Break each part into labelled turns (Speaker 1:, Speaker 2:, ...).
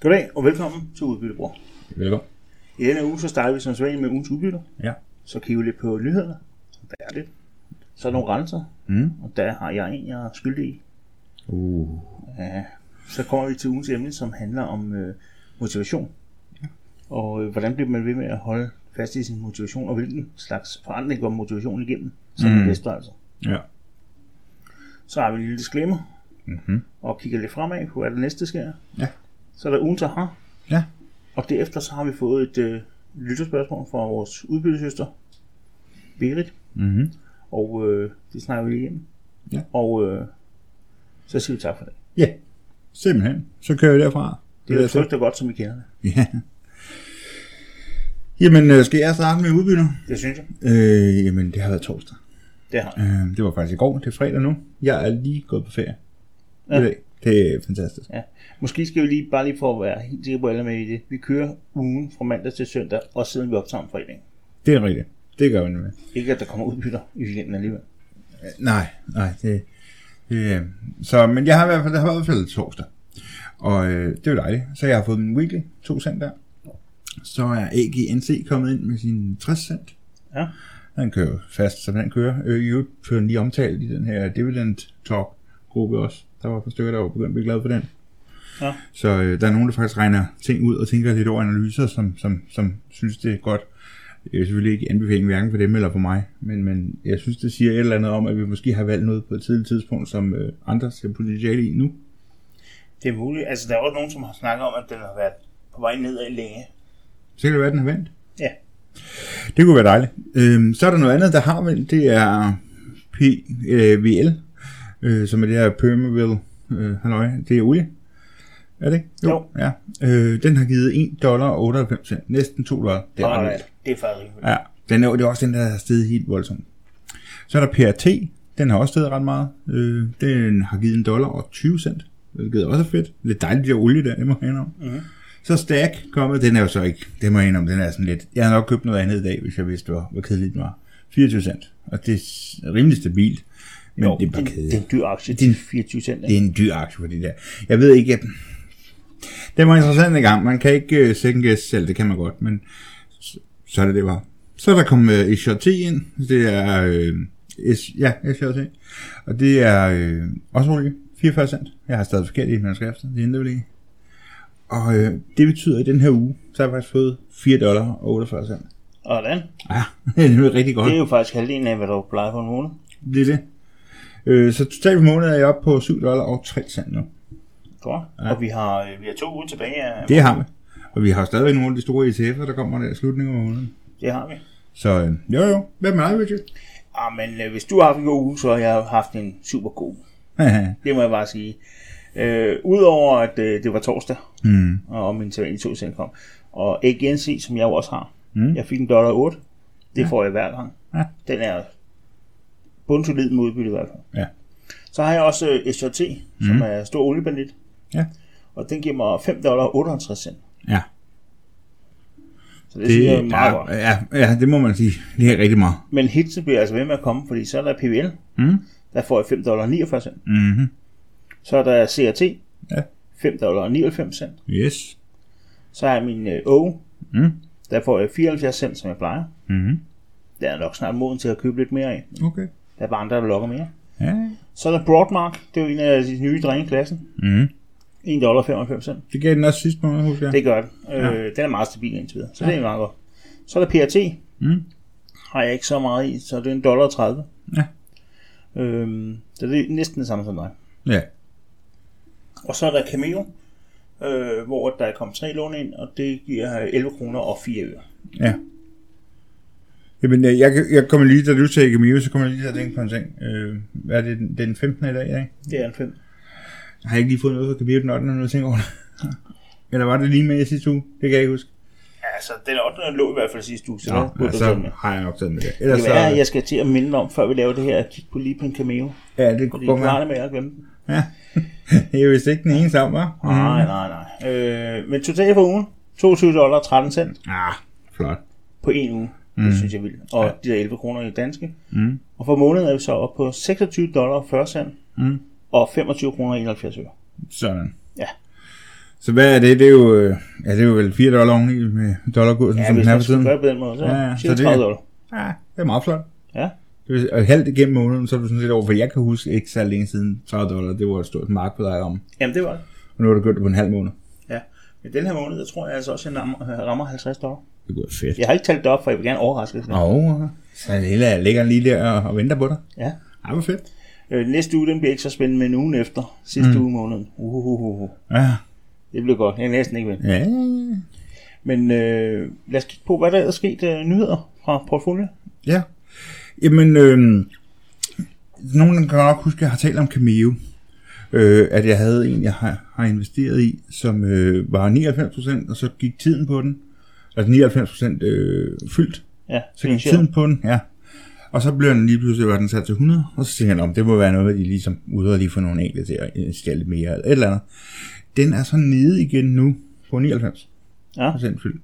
Speaker 1: Goddag og velkommen til Udbyttebror.
Speaker 2: Velkommen.
Speaker 1: I denne uge så starter vi som sædvanligt med ugens udbytter.
Speaker 2: Ja.
Speaker 1: Så kigger vi lidt på nyhederne. Der er det. Så er der nogle renser,
Speaker 2: Mm.
Speaker 1: og der har jeg en, jeg er skyldig i.
Speaker 2: Uh.
Speaker 1: Ja, så kommer vi til ugens emne, som handler om øh, motivation. Og øh, hvordan bliver man ved med at holde fast i sin motivation, og hvilken slags forandring går motivationen igennem, som mm.
Speaker 2: Mm.
Speaker 1: bedste altså.
Speaker 2: Ja.
Speaker 1: Så har vi en lille disclaimer,
Speaker 2: Mm-hmm.
Speaker 1: og kigger lidt fremad på, hvad der næste sker.
Speaker 2: Ja.
Speaker 1: Så er der ugen, der har.
Speaker 2: Ja.
Speaker 1: Og derefter så har vi fået et øh, lytterspørgsmål fra vores udbyttesøster, Berit,
Speaker 2: Mm-hmm.
Speaker 1: og øh, det snakker vi lige igennem.
Speaker 2: Ja.
Speaker 1: Og øh, så siger vi tak for det.
Speaker 2: Ja. Simpelthen. Så kører vi derfra.
Speaker 1: Det er jo
Speaker 2: så.
Speaker 1: trygt og godt, som vi kender det.
Speaker 2: Ja. Jamen, øh, skal jeg starte med udbytter?
Speaker 1: Det synes jeg.
Speaker 2: Øh, jamen, det har været torsdag.
Speaker 1: Det har jeg.
Speaker 2: Øh, det var faktisk i går. Det er fredag nu. Jeg er lige gået på ferie.
Speaker 1: Ja.
Speaker 2: Ja. I dag. Det er fantastisk.
Speaker 1: Ja. Måske skal vi lige, bare lige for at være helt sikre på, at alle er med i det. Vi kører ugen fra mandag til søndag, og siden vi optager om fredag.
Speaker 2: Det er rigtigt. Det gør vi med.
Speaker 1: Ikke at der kommer udbytter i weekenden alligevel.
Speaker 2: Nej, nej, det... Øh, så, men jeg har i hvert fald, der har været i hvert fald torsdag. Og øh, det er jo dejligt. Så jeg har fået min weekly, to cent der. Så er AGNC kommet ind med sin 60 cent.
Speaker 1: Ja.
Speaker 2: Den kører jo fast, som den kører. Øh, I øvrigt blev den lige omtalt i den her dividend talk gruppe også. Der var et par stykker, der var begyndt at blive glade for den.
Speaker 1: Ja.
Speaker 2: Så øh, der er nogen, der faktisk regner ting ud og tænker lidt over analyser, som, som, som synes, det er godt. Det er selvfølgelig ikke anbefaling hverken for dem eller for mig, men, men jeg synes, det siger et eller andet om, at vi måske har valgt noget på et tidligt tidspunkt, som øh, andre ser potentiale i nu.
Speaker 1: Det er muligt. Altså, der er også nogen, som har snakket om, at den har været på vej nedad længe.
Speaker 2: Så kan det være, at den har vendt.
Speaker 1: Ja.
Speaker 2: Det kunne være dejligt. Øhm, så er der noget andet, der har vendt. Det er PVL, øh, som er det her Permaville øh, halløj. Det er olie. Er det ikke?
Speaker 1: Jo.
Speaker 2: Ja. Øh, den har givet 1 dollar og 98 cent. Næsten 2 dollar. Det er ret vildt.
Speaker 1: det er faktisk rimeligt.
Speaker 2: Ja, den er, det er også den, der har steget helt voldsomt. Så er der PRT, den har også steget ret meget. Øh, den har givet en dollar og 20 cent, hvilket er også fedt. Lidt dejligt, at olie der, det må jeg indrømme.
Speaker 1: Mhm.
Speaker 2: Så Stack kommet, den er jo så ikke, det må jeg indrømme, den er sådan lidt. Jeg havde nok købt noget andet i dag, hvis jeg vidste, hvor, hvor kedelig den var. 24 cent, og det er s- rimelig stabilt, men jo, det er bare
Speaker 1: det,
Speaker 2: kedeligt.
Speaker 1: det er en dyr aktie. Det er 24 cent.
Speaker 2: Det
Speaker 1: ikke?
Speaker 2: er en dyr aktie for det der. Jeg ved ikke, at... Det var interessant en gang. Man kan ikke uh, second guess selv, det kan man godt, men så, så er det det var. Så er der kommet uh, SJT ind. Det er... Uh, S, ja, SJT. Og det er uh, også olie. 44 cent. Jeg har stadig forkert i manuskriftet. Det ændrer vel ikke. Og uh, det betyder, at i den her uge, så har jeg faktisk fået 4 dollar og 48 cent.
Speaker 1: Og hvordan?
Speaker 2: Ja, det er jo rigtig godt.
Speaker 1: Det er jo faktisk halvdelen af, hvad du plejer på en måned.
Speaker 2: Det er det. Øh, så totalt for måneden er jeg oppe på 7 dollar og 3 cent nu.
Speaker 1: Godt. Ja. Og vi har, øh, vi har to uger tilbage. Af, det.
Speaker 2: Det har vi. Og vi har stadigvæk nogle af de store ETF'er, der kommer der i slutningen af måneden.
Speaker 1: det har vi.
Speaker 2: Så øh, jo jo, hvad med dig, Richard?
Speaker 1: Ah, men øh, hvis du har haft en god uge, så har jeg haft en super god uge. Det må jeg bare sige. Øh, Udover at øh, det var torsdag,
Speaker 2: mm.
Speaker 1: og min sædvanlige to cent kom. Og AGNC, som jeg jo også har.
Speaker 2: Mm.
Speaker 1: Jeg fik en dollar 8. Det ja. får jeg hver gang.
Speaker 2: Ja.
Speaker 1: Den er bundsolid med udbytte i hvert fald.
Speaker 2: Ja. Mm.
Speaker 1: Så har jeg også øh, SJT, som er stor oliebandit.
Speaker 2: Ja.
Speaker 1: Og den giver mig 5 dollar 58 cent.
Speaker 2: Ja.
Speaker 1: Så det, det synes jeg er
Speaker 2: er-
Speaker 1: meget godt.
Speaker 2: ja, ja, det må man sige. Det er rigtig meget.
Speaker 1: Men hitsen bliver altså ved med at komme, fordi så er der PVL.
Speaker 2: Mm.
Speaker 1: Der får jeg 5 dollar 49 cent.
Speaker 2: Mm-hmm.
Speaker 1: Så er der CRT.
Speaker 2: Ja.
Speaker 1: 5 dollar 99 cent.
Speaker 2: Yes.
Speaker 1: Så har jeg min øh, O.
Speaker 2: Mm.
Speaker 1: Der får jeg 74 cent, som jeg plejer.
Speaker 2: Mm-hmm.
Speaker 1: Der er nok snart moden til at købe lidt mere af.
Speaker 2: Okay.
Speaker 1: Der er bare andre, der lokker mere.
Speaker 2: Ja.
Speaker 1: Så er der Broadmark. Det er jo en af de nye drenge i klassen.
Speaker 2: Mm.
Speaker 1: 1,95 dollar.
Speaker 2: Det gav den også sidste måned, husker jeg.
Speaker 1: Det gør den. Øh, Den er meget stabil indtil videre. Så ja. det er meget godt. Så er der PRT.
Speaker 2: Mm.
Speaker 1: Har jeg ikke så meget i, så det er en dollar 30.
Speaker 2: Ja.
Speaker 1: Øhm, så det er næsten det samme som dig.
Speaker 2: Ja.
Speaker 1: Og så er der Cameo, øh, hvor der er kommet tre lån ind, og det giver øh, 11 kroner og 4 øre.
Speaker 2: Ja. Jamen, øh, jeg, jeg kommer lige, da du sagde Camille, så kommer jeg lige til at tænke på en ting. Øh, hvad er det, den, det er den 15. i dag, ikke?
Speaker 1: Det er en fem.
Speaker 2: Jeg har ikke lige fået noget fra Camille den 8. eller noget ting over det. Eller var det lige med i sidste uge? Det kan jeg ikke huske.
Speaker 1: Altså, den 8. lå i hvert fald sidste uge, så
Speaker 2: Nå,
Speaker 1: der burde
Speaker 2: ja, altså,
Speaker 1: du
Speaker 2: så
Speaker 1: tage den med.
Speaker 2: har jeg nok taget med det.
Speaker 1: Det
Speaker 2: Ellers
Speaker 1: kan
Speaker 2: så,
Speaker 1: være, at jeg skal til at minde om, før vi laver det her, at kigge på lige på en Cameo.
Speaker 2: ja,
Speaker 1: Fordi
Speaker 2: det kunne
Speaker 1: jeg
Speaker 2: godt
Speaker 1: klarer det med
Speaker 2: være.
Speaker 1: at glemme den.
Speaker 2: Ja. det er vist ikke den ene sammen, hva'? Mm.
Speaker 1: Nej, nej, nej. Øh, men totalt for ugen, 22 dollar 13 cent
Speaker 2: Ah, flot.
Speaker 1: på en uge. Det
Speaker 2: Mhm.
Speaker 1: synes jeg er vildt. Og de der 11 kroner i danske.
Speaker 2: Mm.
Speaker 1: Og for måneden er vi så oppe på 26 dollar 40 cent
Speaker 2: Mm.
Speaker 1: og 25 kroner 71 øre.
Speaker 2: Sådan.
Speaker 1: Ja.
Speaker 2: Så hvad er det? Det er jo, øh, ja, det er jo vel 4 dollar oveni med dollarkursen,
Speaker 1: Ja,
Speaker 2: som
Speaker 1: hvis
Speaker 2: den er
Speaker 1: man
Speaker 2: for
Speaker 1: skulle
Speaker 2: tiden.
Speaker 1: gøre det på den måde, så,
Speaker 2: Ja, ja,
Speaker 1: ja,
Speaker 2: så
Speaker 1: cirka
Speaker 2: det-
Speaker 1: 30 dollar.
Speaker 2: Ja, det er meget flot.
Speaker 1: Ja.
Speaker 2: Det vil, og halvt igennem måneden, så er du sådan set over, for jeg kan huske ikke så længe siden 30 dollar, det var et stort mark på dig om.
Speaker 1: Jamen, det var det.
Speaker 2: Og nu har du gjort det på en halv måned.
Speaker 1: Ja. Men den her måned, der tror jeg altså også, at jeg rammer- rammer 50 dollar.
Speaker 2: Det går fedt.
Speaker 1: Jeg har ikke talt det op, for jeg vil gerne overraske. Ja.
Speaker 2: Nå, så det hele ligger lige der og, og venter på dig.
Speaker 1: ja.
Speaker 2: Ej, hvor fedt.
Speaker 1: Øh, næste uge, den bliver ikke så spændende, men ugen efter. Sidste
Speaker 2: Mhm.
Speaker 1: mm. uge i måneden. Uhuhuhu.
Speaker 2: Ah, Ja,
Speaker 1: Det blev godt. Jeg kan næsten ikke ved.
Speaker 2: ja.
Speaker 1: Men øh, lad os kigge på, hvad der er sket af nyheder fra portfolio.
Speaker 2: ja. Jamen, øh, nogen kan nok huske, at jeg har talt om Cameo. Øh, at jeg havde en, jeg har, har investeret i, som øh, var 99%, og så gik tiden på den. Altså 99% øh, fyldt.
Speaker 1: Ja,
Speaker 2: Så gik tiden på den, ja. Og så blev den lige pludselig var den sat til 100, og så tænkte jeg, "Nå, det må være noget, de ligesom ude og lige få nogle enkelte til at stjæle lidt mere, eller et eller andet. Den er så nede igen nu på 99
Speaker 1: Ja.
Speaker 2: fyldt.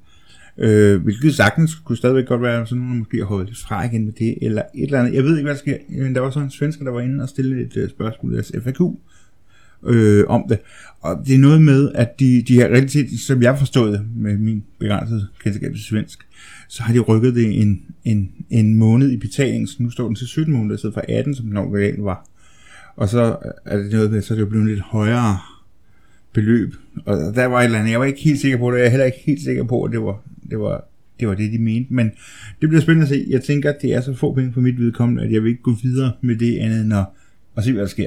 Speaker 2: Øh, hvilket sagtens kunne stadigvæk godt være, sådan nogen der måske har holdt lidt fra igen med det, eller et eller andet. Jeg ved ikke, hvad der sker, men der var sådan en svensker, der var inde og stille et øh, spørgsmål i deres FAQ øh, om det. Og det er noget med, at de, de har realitet, som jeg forstod det med min begrænsede kendskab til svensk, så har de rykket det en, en, en måned i betaling, så nu står den til 17 måneder, i stedet for 18, som den originale var. Og så er det noget med, så er det jo blevet lidt højere beløb. Og der var et eller andet, jeg var ikke helt sikker på det, jeg er heller ikke helt sikker på, at det var det, var, det, var det de mente. Men det bliver spændende at se. Jeg tænker, at det er så få penge for mit vedkommende, at jeg vil ikke gå videre med det andet end at, at se, hvad der sker.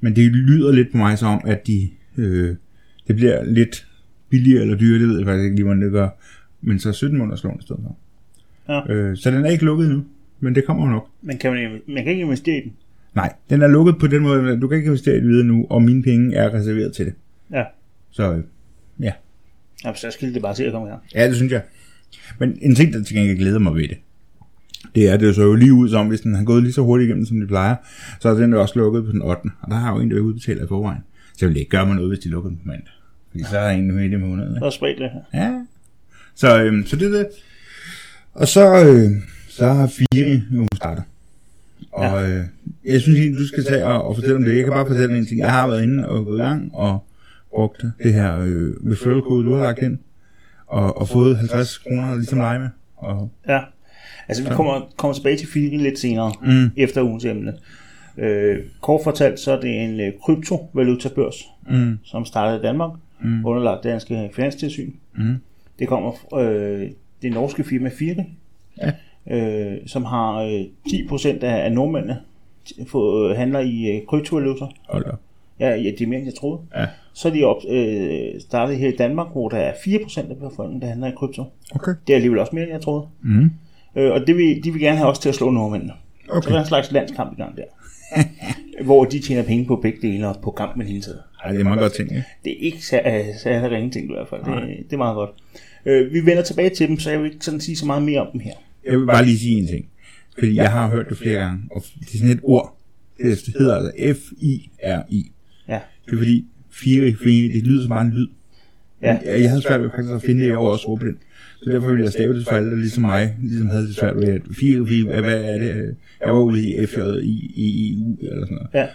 Speaker 2: Men det lyder lidt på mig som om, at de, øh, det bliver lidt billigere eller dyrere, det ved jeg faktisk ikke lige, hvordan det gør. Men så 17 måneders lån i stedet for.
Speaker 1: Ja.
Speaker 2: Øh, så den er ikke lukket nu, men det kommer jo nok.
Speaker 1: Men kan man, man kan ikke investere i den.
Speaker 2: Nej, den er lukket på den måde, at du kan ikke investere i det videre nu, og mine penge er reserveret til det.
Speaker 1: Ja.
Speaker 2: Så øh,
Speaker 1: Jamen, så skal det bare til at komme her.
Speaker 2: Ja, det synes jeg. Men en ting, der til gengæld glæder mig ved det, det er, at det så jo lige ud som, hvis den har gået lige så hurtigt igennem, som de plejer, så er den jo også lukket på den 8. Og der har jo en, der er udbetalt i forvejen. Så vil det ikke gøre mig noget, hvis de lukker den på mandag. Fordi så er en midt i måneden.
Speaker 1: Så
Speaker 2: ikke?
Speaker 1: er spredt det her.
Speaker 2: Ja. Så, øhm, så det er det. Og så, øh, så har Firi jo startet. Og øh, jeg synes egentlig, du skal tage og, og fortælle om det. Jeg kan bare fortælle en ting. Jeg har været inde og gået i gang og brugt det her øh, referral code, du har lagt ind. Og, og fået 50 kroner ligesom dig med. Og,
Speaker 1: Ja. Altså, vi kommer, kommer tilbage til Fili lidt senere,
Speaker 2: Mm.
Speaker 1: efter ugens emne. Øh, kort fortalt, så er det en øh, kryptovalutabørs,
Speaker 2: mm,
Speaker 1: som startede i Danmark,
Speaker 2: Mm.
Speaker 1: mm. underlagt danske finanstilsyn.
Speaker 2: Mm.
Speaker 1: Det kommer fra øh, det norske firma Firi,
Speaker 2: Ja.
Speaker 1: øh, som har øh, 10% af, af nordmændene t- få, øh, handler i øh, kryptovaluta.
Speaker 2: hold op.
Speaker 1: Ja, ja, det er mere, end jeg troede.
Speaker 2: Ja.
Speaker 1: Så er de op, øh, startet her i Danmark, hvor der er 4% af befolkningen, der handler i krypto.
Speaker 2: Okay.
Speaker 1: Det er alligevel også mere, end jeg troede.
Speaker 2: Mm.
Speaker 1: Øh, og det vil, de vil gerne have os til at slå nordmændene. Så der
Speaker 2: Okay.
Speaker 1: er en slags landskamp i gang der. hvor de tjener penge på begge dele og på kampen i det hele taget.
Speaker 2: Ej, det er meget godt ting, ikke?
Speaker 1: Det er ikke sær- øh, særlig ringe ting i hvert fald. Det, det er meget godt. Øh, vi vender tilbage til dem, så jeg vil ikke sådan sige så meget mere om dem her.
Speaker 2: Jeg vil bare lige sige en ting. Fordi jeg har hørt det flere gange, og det er sådan et ord. Det hedder altså F-I-R-I.
Speaker 1: Ja.
Speaker 2: Det er fordi, fire, fire, det lyder som bare en lyd.
Speaker 1: Ja.
Speaker 2: Jeg, jeg havde svært ved faktisk at finde det, jeg var også ordblind. Så derfor ville jeg stave det for alle, der ligesom mig, ligesom havde det svært ved, at fire, fire, hvad er det? øh, Jeg var ude i FJ, i, i EU, eller sådan noget.
Speaker 1: Ja.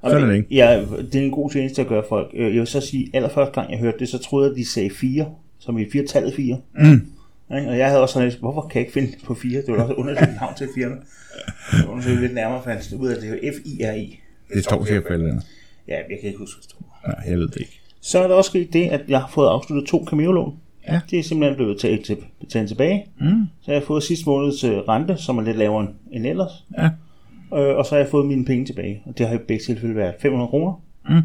Speaker 1: Og
Speaker 2: Sådan er det
Speaker 1: det,
Speaker 2: ikke.
Speaker 1: ja, det er en god tjeneste at gøre folk. Øh, Jeg vil så sige, allerførste gang jeg hørte det, så troede jeg, at de sagde 4, som i 4 tallet 4.
Speaker 2: Mm.
Speaker 1: Og jeg havde også sådan lidt, hvorfor kan jeg ikke finde på 4? Det var da også undersøgt navn til et firma. Så undersøgte vi lidt nærmere, fandt jeg ud af, at det er F-I-R-I.
Speaker 2: Det står sikkert for alle andre.
Speaker 1: Ja, jeg kan ikke huske, hvad det stod.
Speaker 2: Nej, jeg ved det ikke.
Speaker 1: Så er der også sket det, at jeg har fået afsluttet to Cameo-lån.
Speaker 2: Ja.
Speaker 1: Det er simpelthen blevet taget, til, taget tilbage.
Speaker 2: Mm.
Speaker 1: Så jeg har fået sidste måneds øh, rente, som er lidt lavere end ellers.
Speaker 2: Ja.
Speaker 1: Øh, og så har jeg fået mine penge tilbage. Og det har i begge tilfælde været 500 kroner.
Speaker 2: Mm.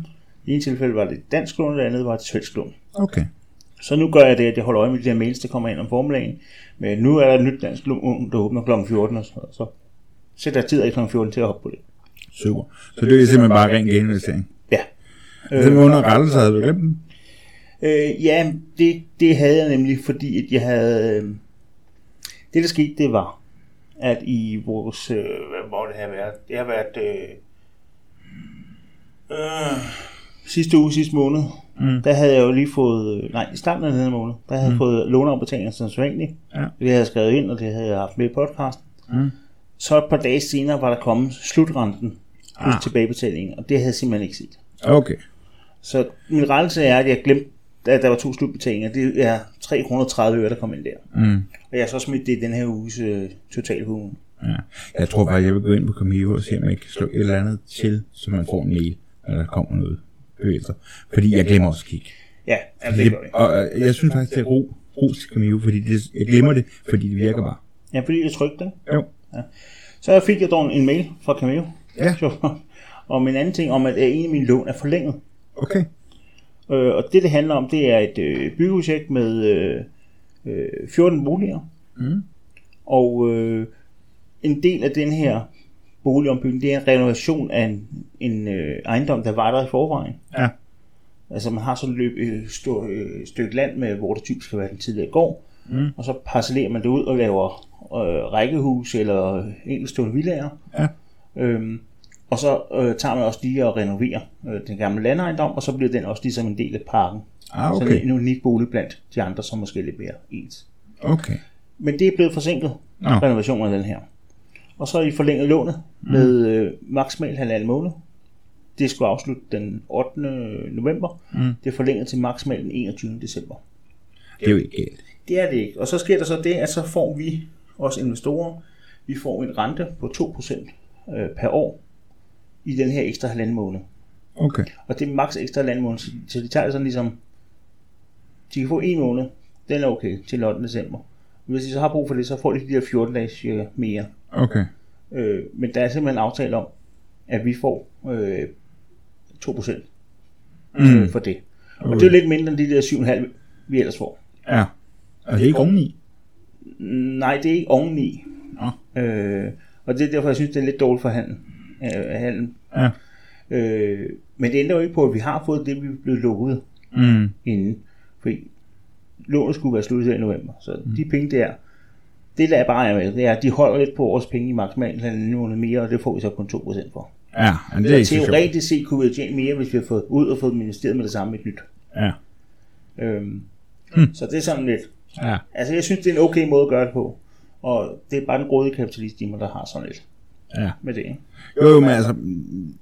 Speaker 1: I en tilfælde var det et dansk lån, og det andet var et svensk lån.
Speaker 2: Okay.
Speaker 1: Så nu gør jeg det, at jeg holder øje med de der mails, der kommer ind om formiddagen. Men nu er der et nyt dansk lån, der åbner kl. 14 og sådan noget. Så sætter jeg tid af kl. 14 til at hoppe på det.
Speaker 2: Super. Så det er simpelthen bare ren geninvestering.
Speaker 1: Ja.
Speaker 2: Øh, det med under rettelser havde du glemt den.
Speaker 1: Øh, ja, det, det havde jeg nemlig, fordi at jeg havde... Øh, det, der skete, det var, at i vores... Øh, hvad må det have været? Det har været... Øh, øh, sidste uge, sidste måned,
Speaker 2: Mm.
Speaker 1: mm. der havde jeg jo lige fået... øh, Nej, i starten af den her måned, der havde mm. jeg fået låneopbetalinger som sædvanligt.
Speaker 2: Ja.
Speaker 1: Det havde jeg skrevet ind, og det havde jeg haft med i podcasten.
Speaker 2: Mm.
Speaker 1: Så et par dage senere var der kommet slutrenten plus
Speaker 2: Ah.
Speaker 1: tilbagebetalingen, og det havde jeg simpelthen ikke set.
Speaker 2: Okay.
Speaker 1: Så min rettelse er, at jeg glemte der, der var to slutbetalinger. Det er 330 øre, der kom ind der.
Speaker 2: Mm.
Speaker 1: Og jeg har så smidt det i den her uges øh, totalhuen.
Speaker 2: Ja. Jeg tror bare, jeg vil gå ind på Cameo og se, om jeg kan slå et eller andet til, så man får en mail, når der kommer noget bevægelser. Fordi jeg glemmer også at kigge.
Speaker 1: Ja, jamen, det
Speaker 2: Det,
Speaker 1: gør vi.
Speaker 2: og øh, jeg synes faktisk, det er ro, ro til Cameo, fordi det, jeg glemmer det, fordi det virker bare.
Speaker 1: Ja, fordi jeg trykte den.
Speaker 2: Jo.
Speaker 1: Så fik jeg dog en mail fra Cameo.
Speaker 2: Ja.
Speaker 1: Om en anden ting, om at en af mine lån er forlænget.
Speaker 2: Okay.
Speaker 1: Øh, og det, det handler om, det er et øh, byggeprojekt med øh, øh, 14 boliger.
Speaker 2: Mm.
Speaker 1: Og øh, en del af den her boligombygning, det er en renovation af en, en øh, ejendom, der var der i forvejen.
Speaker 2: Ja.
Speaker 1: Altså man har så et løb, øh, stå, øh, stykke land, med, hvor der typisk skal være den tidligere gård,
Speaker 2: Mm.
Speaker 1: og så parcellerer man det ud og laver øh, rækkehus eller enkeltstående villager.
Speaker 2: Ja.
Speaker 1: Øhm, og så øh, tager man også lige og renoverer øh, den gamle landejendom, og så bliver den også ligesom en del af parken.
Speaker 2: Ah,
Speaker 1: Så
Speaker 2: okay.
Speaker 1: en, en unik bolig blandt de andre, som måske er lidt mere ens.
Speaker 2: Okay.
Speaker 1: Men det er blevet forsinket,
Speaker 2: Nå.
Speaker 1: renovationen af den her. Og så har I forlænget lånet med øh, maksimal halvanden måned. Det skulle afslutte den 8. november.
Speaker 2: Mm.
Speaker 1: Det er forlænget til maksimal den 21. december.
Speaker 2: Det er jo ikke galt.
Speaker 1: Det er det ikke. Og så sker der så det, at så får vi, os investorer, vi får en rente på 2% øh, per år i den her ekstra halvanden måned.
Speaker 2: Okay.
Speaker 1: Og det er maks ekstra halvanden måned, så de tager sådan ligesom, de kan få en måned, den er okay, til den 8. december. Hvis de så har brug for det, så får de de der 14 dage cirka mere.
Speaker 2: Okay.
Speaker 1: Øh, men der er simpelthen en aftale om, at vi får øh, 2%
Speaker 2: Mm.
Speaker 1: mm. for det. Og det er jo lidt mindre end de der 7,5, vi ellers får.
Speaker 2: Ja. Og det er ikke oveni.
Speaker 1: Nej, det er ikke oveni.
Speaker 2: Nå.
Speaker 1: Øh, og det er derfor, jeg synes, det er lidt dårligt for handlen. Øh, handlen.
Speaker 2: Ja.
Speaker 1: Øh, men det ændrer jo ikke på, at vi har fået det, vi blev lovet
Speaker 2: Mm.
Speaker 1: inden. Fordi lånet skulle være slut i november. Så mm. de penge der, det der bare er med, det er, at de holder lidt på vores penge i maksimalt halvanden måned mere, og det får vi så kun 2% for.
Speaker 2: Ja, men det er
Speaker 1: Det
Speaker 2: ikke så sjovt.
Speaker 1: teoretisk set kunne vi have tjent mere, hvis vi havde fået ud og fået ministeriet med det samme et nyt.
Speaker 2: Ja.
Speaker 1: Øhm,
Speaker 2: Mm.
Speaker 1: Så det er sådan lidt.
Speaker 2: Ja.
Speaker 1: Altså, jeg synes, det er en okay måde at gøre det på. Og det er bare den grådige kapitalist i mig, der har sådan lidt
Speaker 2: Ja.
Speaker 1: med det. Ikke?
Speaker 2: Jo, jo, men altså,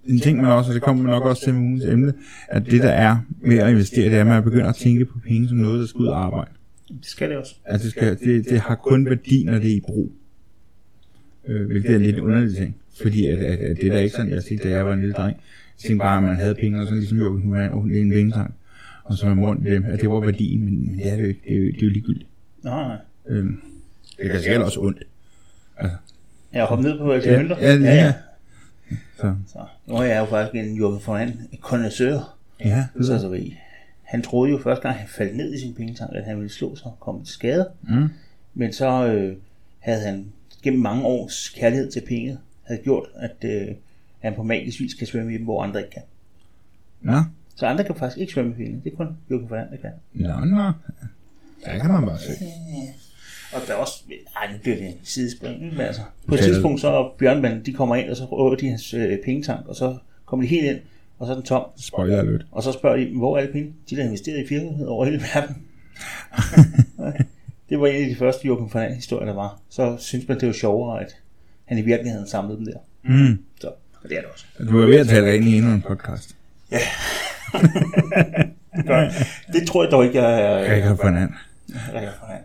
Speaker 2: en ting man også, og det kommer nok også til med ugens emne, at det der er med at investere, det er, at man begynder at tænke på penge som noget, der skal ud og arbejde.
Speaker 1: Det skal det også.
Speaker 2: Altså, det, skal, det, det har kun værdi, når det er i brug. Øh, hvilket er lidt en underlig ting. Fordi at, at, at det der er ikke sådan, jeg tænkte, da jeg var en lille dreng. Jeg tænkte bare, at man havde penge, og sådan ligesom jo, hun er hun er en vingtang. Og så var man rundt med dem, at det var værdien, men ja, det er jo, ikke- det er jo, det er jo ligegyldigt.
Speaker 1: Nå, nej.
Speaker 2: Øhm, det gør sikkert også ondt.
Speaker 1: Jeg hopper ned på alle de mønter.
Speaker 2: ja, ja, ja. Så,
Speaker 1: Så. Nu er jeg jo faktisk en Jørgen Foran, en kondensør.
Speaker 2: ja, det
Speaker 1: Så
Speaker 2: er
Speaker 1: altså, ved I. Han troede jo første gang, han faldt ned i sin pengetank, at han ville slå sig og komme til skade.
Speaker 2: Mm.
Speaker 1: Men så øh, havde han gennem mange års kærlighed til penge, havde gjort, at øh, han på magisk vis kan svømme i dem, hvor andre ikke kan.
Speaker 2: Nå,
Speaker 1: Så andre kan faktisk ikke svømme i penge. Det er kun Jørgen Foran, der kan.
Speaker 2: Nå, nå. Der kan man bare se.
Speaker 1: Og der er også, ej, nu bliver det en sidespring, ikke? men altså, på et
Speaker 2: Ja.
Speaker 1: tidspunkt så er bjørnmanden, de kommer ind, og så røver de hans øh, pengetank, og så kommer de helt ind, og så er den tom,
Speaker 2: Spoiler alert.
Speaker 1: og så spørger de, hvor er alle penge? De der investeret i virksomheder over hele verden. det var en af de første Joachim Fernand historier, der var. Så synes man, det var sjovere, at han i virkeligheden samlede dem der.
Speaker 2: Mm.
Speaker 1: Så, og det er det også.
Speaker 2: Du er ved at tale dig ind i endnu en podcast.
Speaker 1: Det tror jeg dog ikke, jeg er...
Speaker 2: Gregor Fernand.
Speaker 1: Rikker Fernand.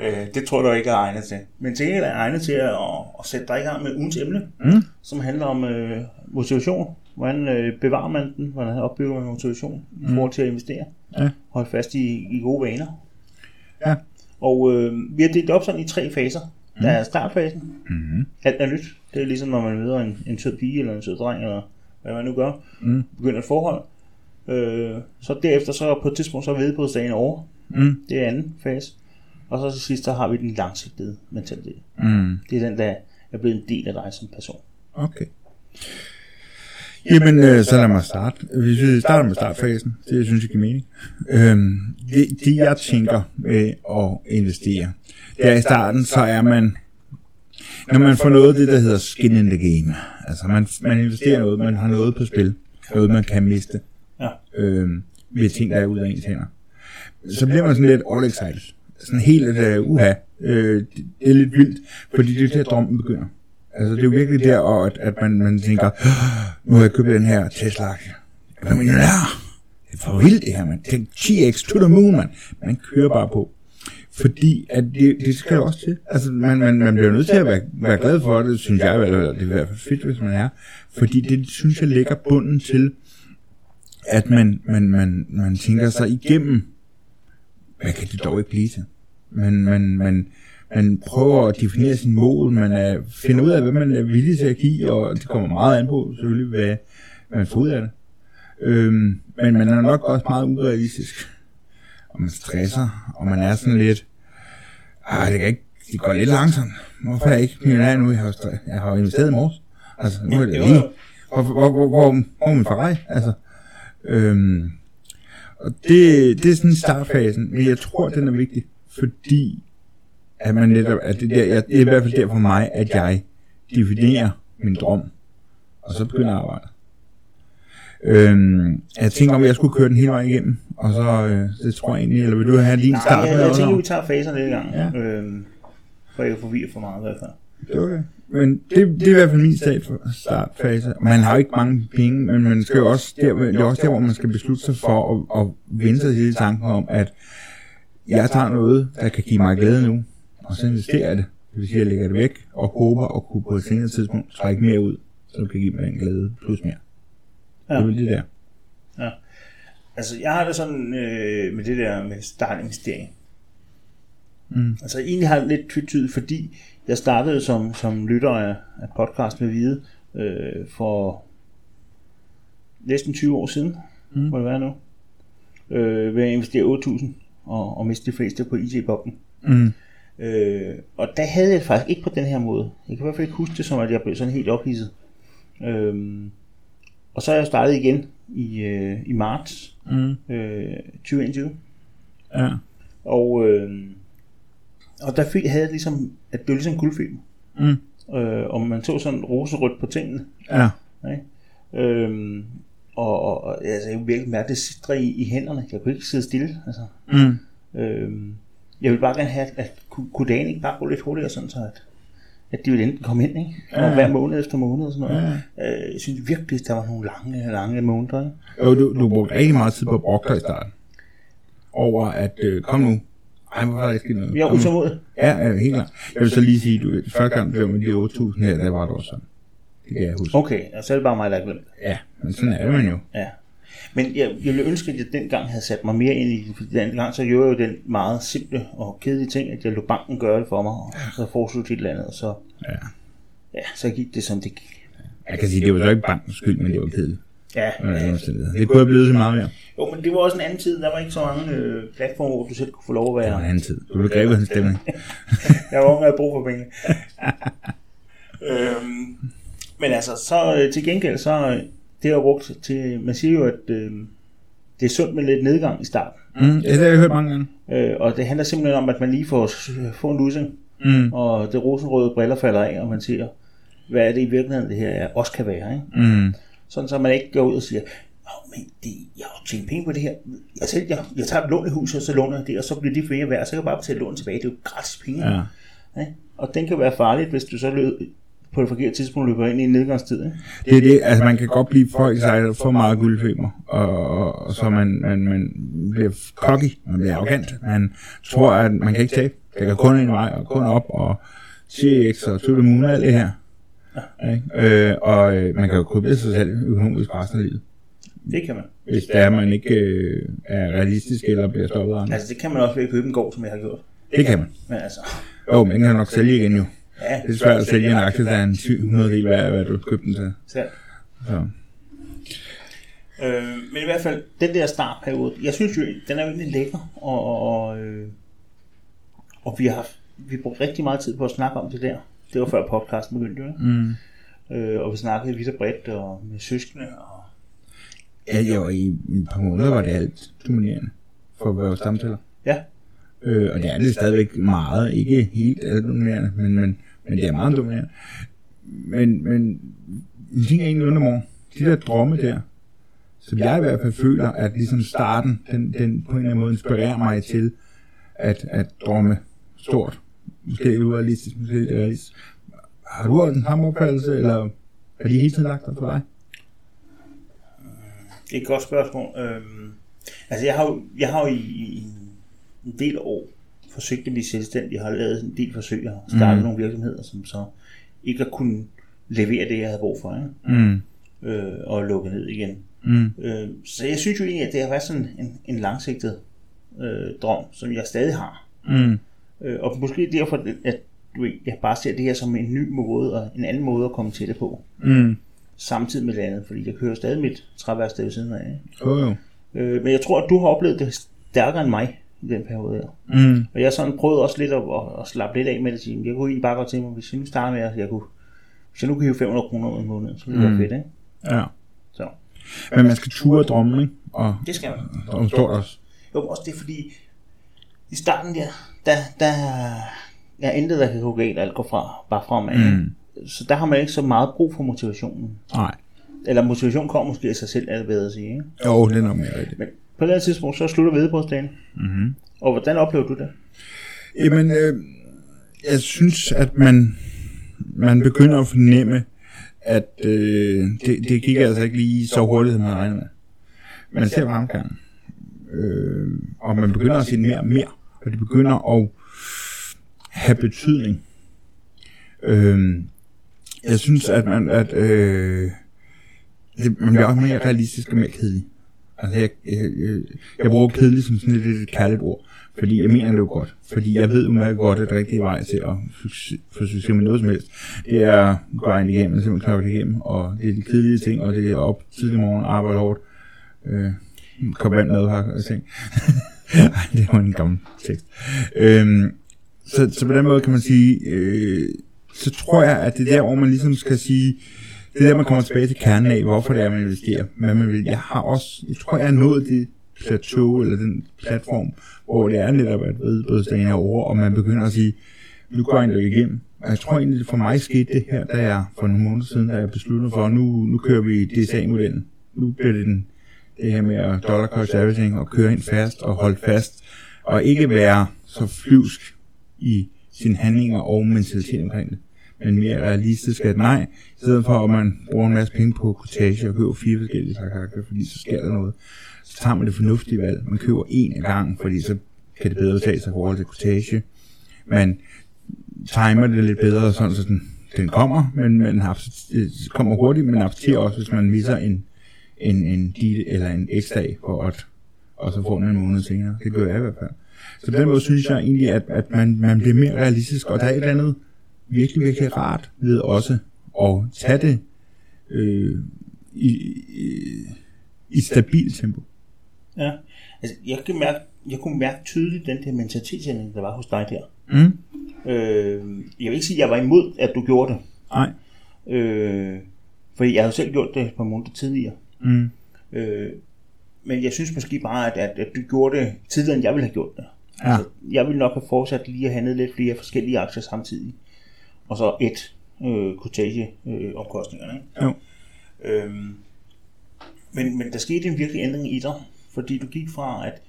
Speaker 1: Øh, det tror jeg dog ikke jeg er egnet til. Men til gengæld er jeg egnet til at, at sætte dig i gang med ugens emne,
Speaker 2: Mm.
Speaker 1: som handler om øh, motivation. Hvordan øh, bevarer man den? Hvordan opbygger man motivation i forhold til at investere?
Speaker 2: Ja.
Speaker 1: Hold fast i, i gode vaner.
Speaker 2: Ja.
Speaker 1: Og øh, vi har delt op sådan i tre faser. Der
Speaker 2: Mhm.
Speaker 1: er startfasen.
Speaker 2: Mm.
Speaker 1: Alt er nyt. Det er ligesom, når man møder en, en sød pige eller en sød dreng, eller hvad man nu gør.
Speaker 2: Mm.
Speaker 1: Begynder et forhold. Øh, så derefter, så på et tidspunkt, så er vedbrudsdagen over.
Speaker 2: Mm.
Speaker 1: Det er anden fase. Og så til sidst, så har vi den langsigtede mentalitet.
Speaker 2: Mm.
Speaker 1: Det er den, der er blevet en del af dig som person.
Speaker 2: Okay. Jamen, øh, så lad mig starte. Hvis vi starter med startfasen, det synes jeg giver mening. Øhm, det, det, jeg tænker med at investere, det er i starten, så er man, når man får noget af det, der hedder skin in the game. Altså, man, man investerer noget, man har noget på spil, noget, man kan miste.
Speaker 1: Ja.
Speaker 2: Øhm, ved ting, der er ud af ens hænder. Så bliver man sådan lidt all excited. Sådan helt, øh, uha, øh, det, det er lidt vildt, fordi det er der, drømmen begynder. Altså, det er jo virkelig der, og at, at man, man tænker, "Åh, nu har jeg købt den her Tesla. Jeg er millionær. Det er for vildt det her, man. Tænk 10x to the moon, man. Man kører bare på. Fordi at det, det skal jo også til. Altså, man, man, man bliver nødt til at være, være glad for det, synes jeg, eller det er i hvert fald fedt, hvis man er. Fordi det, synes jeg, lægger bunden til, at man, man, man, man tænker sig igennem, hvad kan det dog ikke blive til? Man, man, man, man prøver at definere sin mål, man er, finder ud af, hvad man er villig til at give, og det kommer meget an på, selvfølgelig, hvad man får ud af det. Øhm, men man er nok også meget urealistisk og man stresser, og man er sådan lidt, ah, det, kan ikke, det går lidt langsomt. Hvorfor er jeg ikke millionær nu? Jeg har, jo stre- jeg har jo investeret i morges. Altså, nu er det lige. Hvor, hvor, hvor, hvor, hvor er min Ferrari? Altså, øhm, og det, det er sådan startfasen, men jeg tror, den er vigtig, fordi at man netop, at det, der, jeg, det er i hvert fald der for mig, at jeg definerer min drøm, og så begynder arbejdet. Øhm, jeg tænker, om jeg skulle køre den hele vejen igennem, og så, øh, det tror jeg egentlig, eller vil du have din
Speaker 1: Nej,
Speaker 2: start?
Speaker 1: jeg, jeg tænker, vi tager faserne lidt gang.
Speaker 2: Ja.
Speaker 1: Ja. Øhm, for ikke at forvirre for meget i hvert fald.
Speaker 2: Det er okay. Men det, det er i hvert fald min start, startfase. Man har jo ikke mange penge, men man skal jo også der, det er også der, hvor man skal beslutte sig for at, at vende sig til tanken om, at jeg tager noget, der kan give mig glæde nu, og så investerer jeg det. Det vil sige, at jeg lægger det væk og håber at kunne på et senere tidspunkt trække mere ud, så det kan give mig en glæde plus mere. Ja. Det er vel det der.
Speaker 1: Altså, jeg har det sådan øh, med det der med startinvestering.
Speaker 2: Mm.
Speaker 1: Altså, egentlig har jeg det lidt tvetydigt, fordi jeg startede som, som lytter af, af podcast med Hvide øh, for næsten 20 år siden, mm. må det være nu, øh, ved at investere 8.000 og, og miste de fleste på IT-boblen.
Speaker 2: Mm.
Speaker 1: Øh, og der havde jeg det faktisk ikke på den her måde. Jeg kan i hvert fald ikke huske det som, at jeg blev sådan helt ophidset. Øh, og så er jeg startet igen i, øh, i marts
Speaker 2: Mm.
Speaker 1: øh, 2021.
Speaker 2: Ja.
Speaker 1: Og, øh, og der fik, havde jeg ligesom, at det var ligesom guldfilm.
Speaker 2: Mm.
Speaker 1: Øh, og man så sådan roserødt på tingene.
Speaker 2: Ja.
Speaker 1: Øh, og, og, og altså, jeg kunne virkelig mærke det sidre i, i hænderne. Jeg kunne ikke sidde stille. Altså.
Speaker 2: Mm.
Speaker 1: Øh, jeg ville bare gerne have, at, at kunne, kunne dagen ikke bare gå lidt hurtigere, sådan så at, at de ville enten komme ind, ikke? Og
Speaker 2: Ja.
Speaker 1: hver måned efter måned og sådan noget.
Speaker 2: Ja.
Speaker 1: Øh, jeg synes virkelig, der var nogle lange, lange måneder, ikke?
Speaker 2: Jo, du, du brugte rigtig meget tid på at brokke dig i starten. Over at, øh, kom nu. Ej, hvorfor har jeg ikke sket noget?
Speaker 1: Jeg er
Speaker 2: Kom nu.
Speaker 1: utålmodig.
Speaker 2: Ja, ja, helt klart. Jeg vil så lige sige, du ved, første gang du var med de 8.000 her, der var det også sådan. Det kan jeg huske.
Speaker 1: Okay, og så er det bare mig, der er glemt.
Speaker 2: Ja, men sådan er det man jo.
Speaker 1: Ja. Men jeg, jeg ville ønske, at jeg dengang havde sat mig mere ind i det, fordi dengang så gjorde jeg jo den meget simple og kedelige ting, at jeg lod banken gøre det for mig, og så foreslog de et eller andet, og så,
Speaker 2: Ja.
Speaker 1: ja, så gik det, som det gik.
Speaker 2: Jeg kan sige, det var så ikke bankens skyld, men det var kedeligt.
Speaker 1: Ja,
Speaker 2: Under alle
Speaker 1: ja.
Speaker 2: omstændigheder. Det kunne have blevet så meget mere.
Speaker 1: Jo, men det var også en anden tid, der var ikke så mange øh, platformer, hvor du selv kunne få lov at
Speaker 2: Det var en
Speaker 1: være.
Speaker 2: anden tid. Du blev grebet af hans stemning.
Speaker 1: Jeg var ung og havde brug for penge. øhm, men altså, så øh, til gengæld, så øh, det har jeg brugt til, man siger jo, at øh, det er sundt med lidt nedgang i starten,
Speaker 2: Mm, ja, det har jeg hørt mange gange.
Speaker 1: øh, og det handler simpelthen om, at man lige får, øh, får en lussing,
Speaker 2: Mm,
Speaker 1: og det rosenrøde briller falder af, og man ser, hvad er det i virkeligheden, det her er, også kan være. Ikke?
Speaker 2: mm,
Speaker 1: Sådan, så man ikke går ud og siger, Nå, men det, jeg har jo tjent penge på det her. Jeg, selv, jeg, jeg tager et lån i huset, og så låner jeg det, og så bliver de flere værd, så kan jeg bare betale lån tilbage. Det er jo gratis penge.
Speaker 2: ja.
Speaker 1: Ikke? Og den kan være farligt, hvis du så løb, på det forkerte tidspunkt løber ind i en nedgangstid. Ikke?
Speaker 2: Det er det, altså man kan godt blive for excited, for meget guldfeber, og, og, og så man, man, man bliver cocky, man bliver arrogant, man tror, at man kan ikke tabe, det kan kun en vej, og kun op, og CX og Tulle Moon og alt det her. Ikke? Øh, og øh, man kan jo krybe sig selv økonomisk resten af livet,
Speaker 1: Det kan man.
Speaker 2: hvis det er, man ikke øh, er realistisk eller bliver stoppet af andre.
Speaker 1: Altså, det kan man også ved at købe en gård, som jeg har gjort.
Speaker 2: Det kan man.
Speaker 1: Men altså,
Speaker 2: Jo, men den kan du nok sælge igen jo.
Speaker 1: ja,
Speaker 2: Det er svært at sælge en aktie, der er en 700 del værd, hvad du købte den til.
Speaker 1: svært.
Speaker 2: Så.
Speaker 1: Øh, men i hvert fald, den der startperiode, jeg synes jo, den er jo egentlig lækker, og, og, og, øh, og vi har haft- vi brugte rigtig meget tid på at snakke om det der. Det var før podcasten begyndte, jo, ikke?
Speaker 2: Mm.
Speaker 1: Øh, og vi snakkede vidt og bredt, og med søskende, og
Speaker 2: Ja, jo, i et par måneder var det alt dominerende for vores stamtæller.
Speaker 1: Ja.
Speaker 2: Øh, og det er det stadigvæk meget, ikke helt alt dominerende, men, men, men det er meget dominerende. Men, men en ting er egentlig under morgen. De der drømme der, som jeg i hvert fald føler, at ligesom starten, den, den på en eller anden måde inspirerer mig til at, at drømme stort. Måske lidt urealistisk, måske lidt realistisk. Har du den samme opfattelse, eller har de hele tiden lagt dig for dig?
Speaker 1: det er et godt spørgsmål. Øh, Altså, jeg har jo, jeg har jo i, i en del år forsøgt at blive selvstændig. Jeg har lavet en del forsøg. Jeg har startet mm. nogle virksomheder, som så ikke har kunnet levere det, jeg havde brug for. Ikke?
Speaker 2: Mm.
Speaker 1: Øh, og lukke ned igen.
Speaker 2: Mm.
Speaker 1: Øh, så jeg synes jo egentlig, at det har været sådan en, en langsigtet øh, drøm, som jeg stadig har.
Speaker 2: Mm.
Speaker 1: Øh, og måske derfor, at du ved, jeg bare ser det her som en ny måde og en anden måde at komme til det på.
Speaker 2: Mm.
Speaker 1: Samtidig med det andet, fordi jeg kører stadig mit træværksted ved siden af. Ikke?
Speaker 2: Jo, jo.
Speaker 1: Øh, men jeg tror, at du har oplevet det stærkere end mig i den periode her.
Speaker 2: Mm.
Speaker 1: Og jeg sådan prøvede også lidt at, at, at slappe lidt af med det. Sige, jeg kunne egentlig bare godt tænke mig, hvis jeg nu starter med, at jeg kunne, hvis jeg nu kan hive 500 kroner ud i måneden, så ville det mm.
Speaker 2: Mm.
Speaker 1: være fedt, ikke?
Speaker 2: Ja.
Speaker 1: Så.
Speaker 2: Men man skal ture og drømme, ikke? Og,
Speaker 1: Det skal man.
Speaker 2: og stort også.
Speaker 1: Jo, men også det er fordi, i starten der, der, der er intet, der kan gå galt, alt går fra, bare fremad. Mm. Så der har man ikke så meget brug for motivationen.
Speaker 2: Nej.
Speaker 1: Eller motivation kommer måske af sig selv, er det bedre at sige. Ikke?
Speaker 2: Jo, det er nok mere rigtigt.
Speaker 1: Men på et eller andet tidspunkt, så slutter vedebrødsdagen. Mm-hmm. Og hvordan oplever du det?
Speaker 2: Jamen, øh, jeg synes, at man, man begynder at fornemme, at øh, det, det gik altså ikke lige så hurtigt, som man havde regnet med. Man ser fremgang. Øh, og man begynder at se mere og mere, og det begynder at have betydning. Øh, jeg synes, at man at, øh, det, man bliver også mere realistisk og mere kedelig. Altså, jeg, jeg, jeg, jeg bruger kedelig som sådan lidt et kærligt ord, fordi jeg mener det jo godt. Fordi jeg ved jo meget godt, at det rigtige vej til at succes- få succes med noget som helst, det er at grinde igennem, simpelthen knokle igennem, og det er de kedelige ting, og det er op tidlig morgen, arbejde hårdt, øh, kop vand, madpakke og ting. Ej, det var en gammel tekst. Øhm, så, så på den måde kan man sige, øh, så tror jeg, at det er der, hvor man ligesom skal sige, det er der, man kommer tilbage til kernen af, hvorfor det er, man investerer, hvad man vil. Jeg har også, jeg tror, jeg er nået det plateau, eller den platform, hvor det er netop, at vedbødsdagen er over, og man begynder at sige, nu går jeg ikke igennem. Og jeg tror egentlig, for mig skete det her, da jeg for nogle måneder siden, da jeg besluttede for, nu, nu kører vi DSA-modellen. Nu bliver det den, det her med at dollar cost averaging, og køre ind fast og holde fast, og ikke være så flyvsk i sine handlinger og mentalitet omkring det. Men mere realistisk at nej, i stedet for at man bruger en masse penge på kortage og køber fire forskellige slags aktier, fordi så sker der noget. Så tager man det fornuftige valg. Man køber en af gangen, fordi så kan det bedre betale sig i forhold til kortage. Man timer det lidt bedre, sådan så den, den kommer, men man abs- øh, kommer hurtigt, men absorberer også, hvis man misser en, en, en deal eller en ekstra dag på odds, og så får den en måned senere. Det gør jeg i hvert fald. Så på den måde synes jeg egentlig, at, at man, man bliver mere realistisk, og der er et eller andet virkelig, virkelig rart ved også at tage det øh, i, i, i stabilt tempo.
Speaker 1: Ja. Altså, jeg, kan mærke, jeg kunne mærke tydeligt den der mentalitetsændring, der var hos dig der.
Speaker 2: Mm?
Speaker 1: Øh, jeg vil ikke sige, at jeg var imod, at du gjorde det.
Speaker 2: Nej.
Speaker 1: Øh, fordi jeg havde selv gjort det et par måneder tidligere.
Speaker 2: Mm.
Speaker 1: Øh, men jeg synes måske bare, at, at, at du gjorde det tidligere, end jeg ville have gjort det.
Speaker 2: Ja.
Speaker 1: Altså, jeg ville nok have fortsat lige at handle lidt flere forskellige aktier samtidig. Og så et øh, kortage øh, omkostningerne. ikke?
Speaker 2: Jo.
Speaker 1: Øhm, men, men der skete en virkelig ændring i dig, fordi du gik fra, at,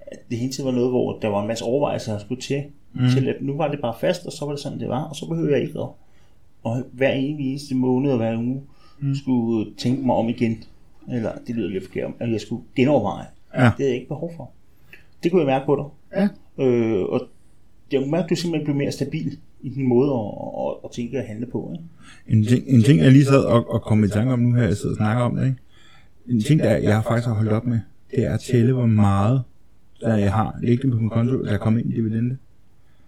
Speaker 1: at det hele tiden var noget, hvor der var en masse overvejelser, der skulle til, mm. til at nu var det bare fast, og så var det sådan, det var, og så behøver jeg ikke at og hver evig eneste måned og hver uge mm. skulle tænke mig om igen. Eller det lyder lidt forkert, at jeg skulle genoverveje.
Speaker 2: Ja.
Speaker 1: Det havde jeg ikke behov for. Det kunne jeg mærke på dig.
Speaker 2: Ja.
Speaker 1: Øh, og jeg kunne mærke, at du simpelthen blev mere stabil i din måde at, at, at tænke og handle på. Ikke?
Speaker 2: En ting, en ting, jeg lige sad og, og kom i tanke om nu her, jeg sidder og snakker om det, ikke? En ting, der jeg faktisk har holdt op med, det er at tælle, hvor meget der jeg har liggende på min konto, der er kommet ind i dividende.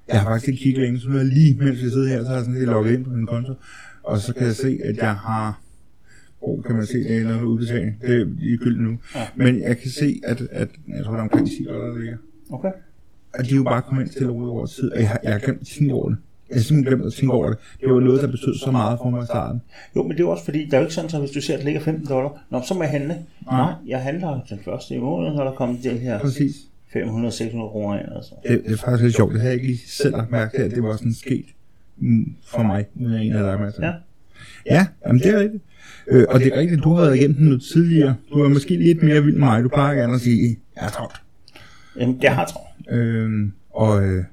Speaker 2: Jeg har faktisk ikke kigget længe, så nu er jeg lige, mens vi sidder her, så har jeg sådan lige logget ind på min konto, og så kan jeg se, at jeg har Oh, kan man se, det er noget med udbetaling. Det er ligegyldigt nu. Men jeg kan se, at, at jeg tror, der er omkring 10 dollar, der ligger.
Speaker 1: Okay.
Speaker 2: Og de er jo bare kommet ind til roligt over tid, og jeg har, jeg har glemt at tænke over det. Jeg har simpelthen glemt at tænke over det. Det var noget, der betød så meget for mig i starten.
Speaker 1: Jo, men det er jo også fordi, der er jo ikke sådan, at hvis du ser, at der ligger 15 dollar, Nå, så må jeg handle. Nej,
Speaker 2: Nej.
Speaker 1: Nej jeg handler den første i måneden, når der kommer den her
Speaker 2: Præcis.
Speaker 1: 500-600 kroner ind. Altså.
Speaker 2: Det, det er faktisk lidt sjovt. Det havde jeg ikke lige selv lagt mærke til, at det var sådan sket mm, for mig, uden jeg egentlig havde lagt mærke til det.
Speaker 1: Ja.
Speaker 2: Ja, jamen det er rigtigt. Øh, og det er rigtigt, du har været igennem den noget tidligere. Du er måske lidt mere vild med mig. Du plejer gerne at sige, jeg er travlt.
Speaker 1: Jamen, det har jeg travlt.
Speaker 2: Øh, og øh,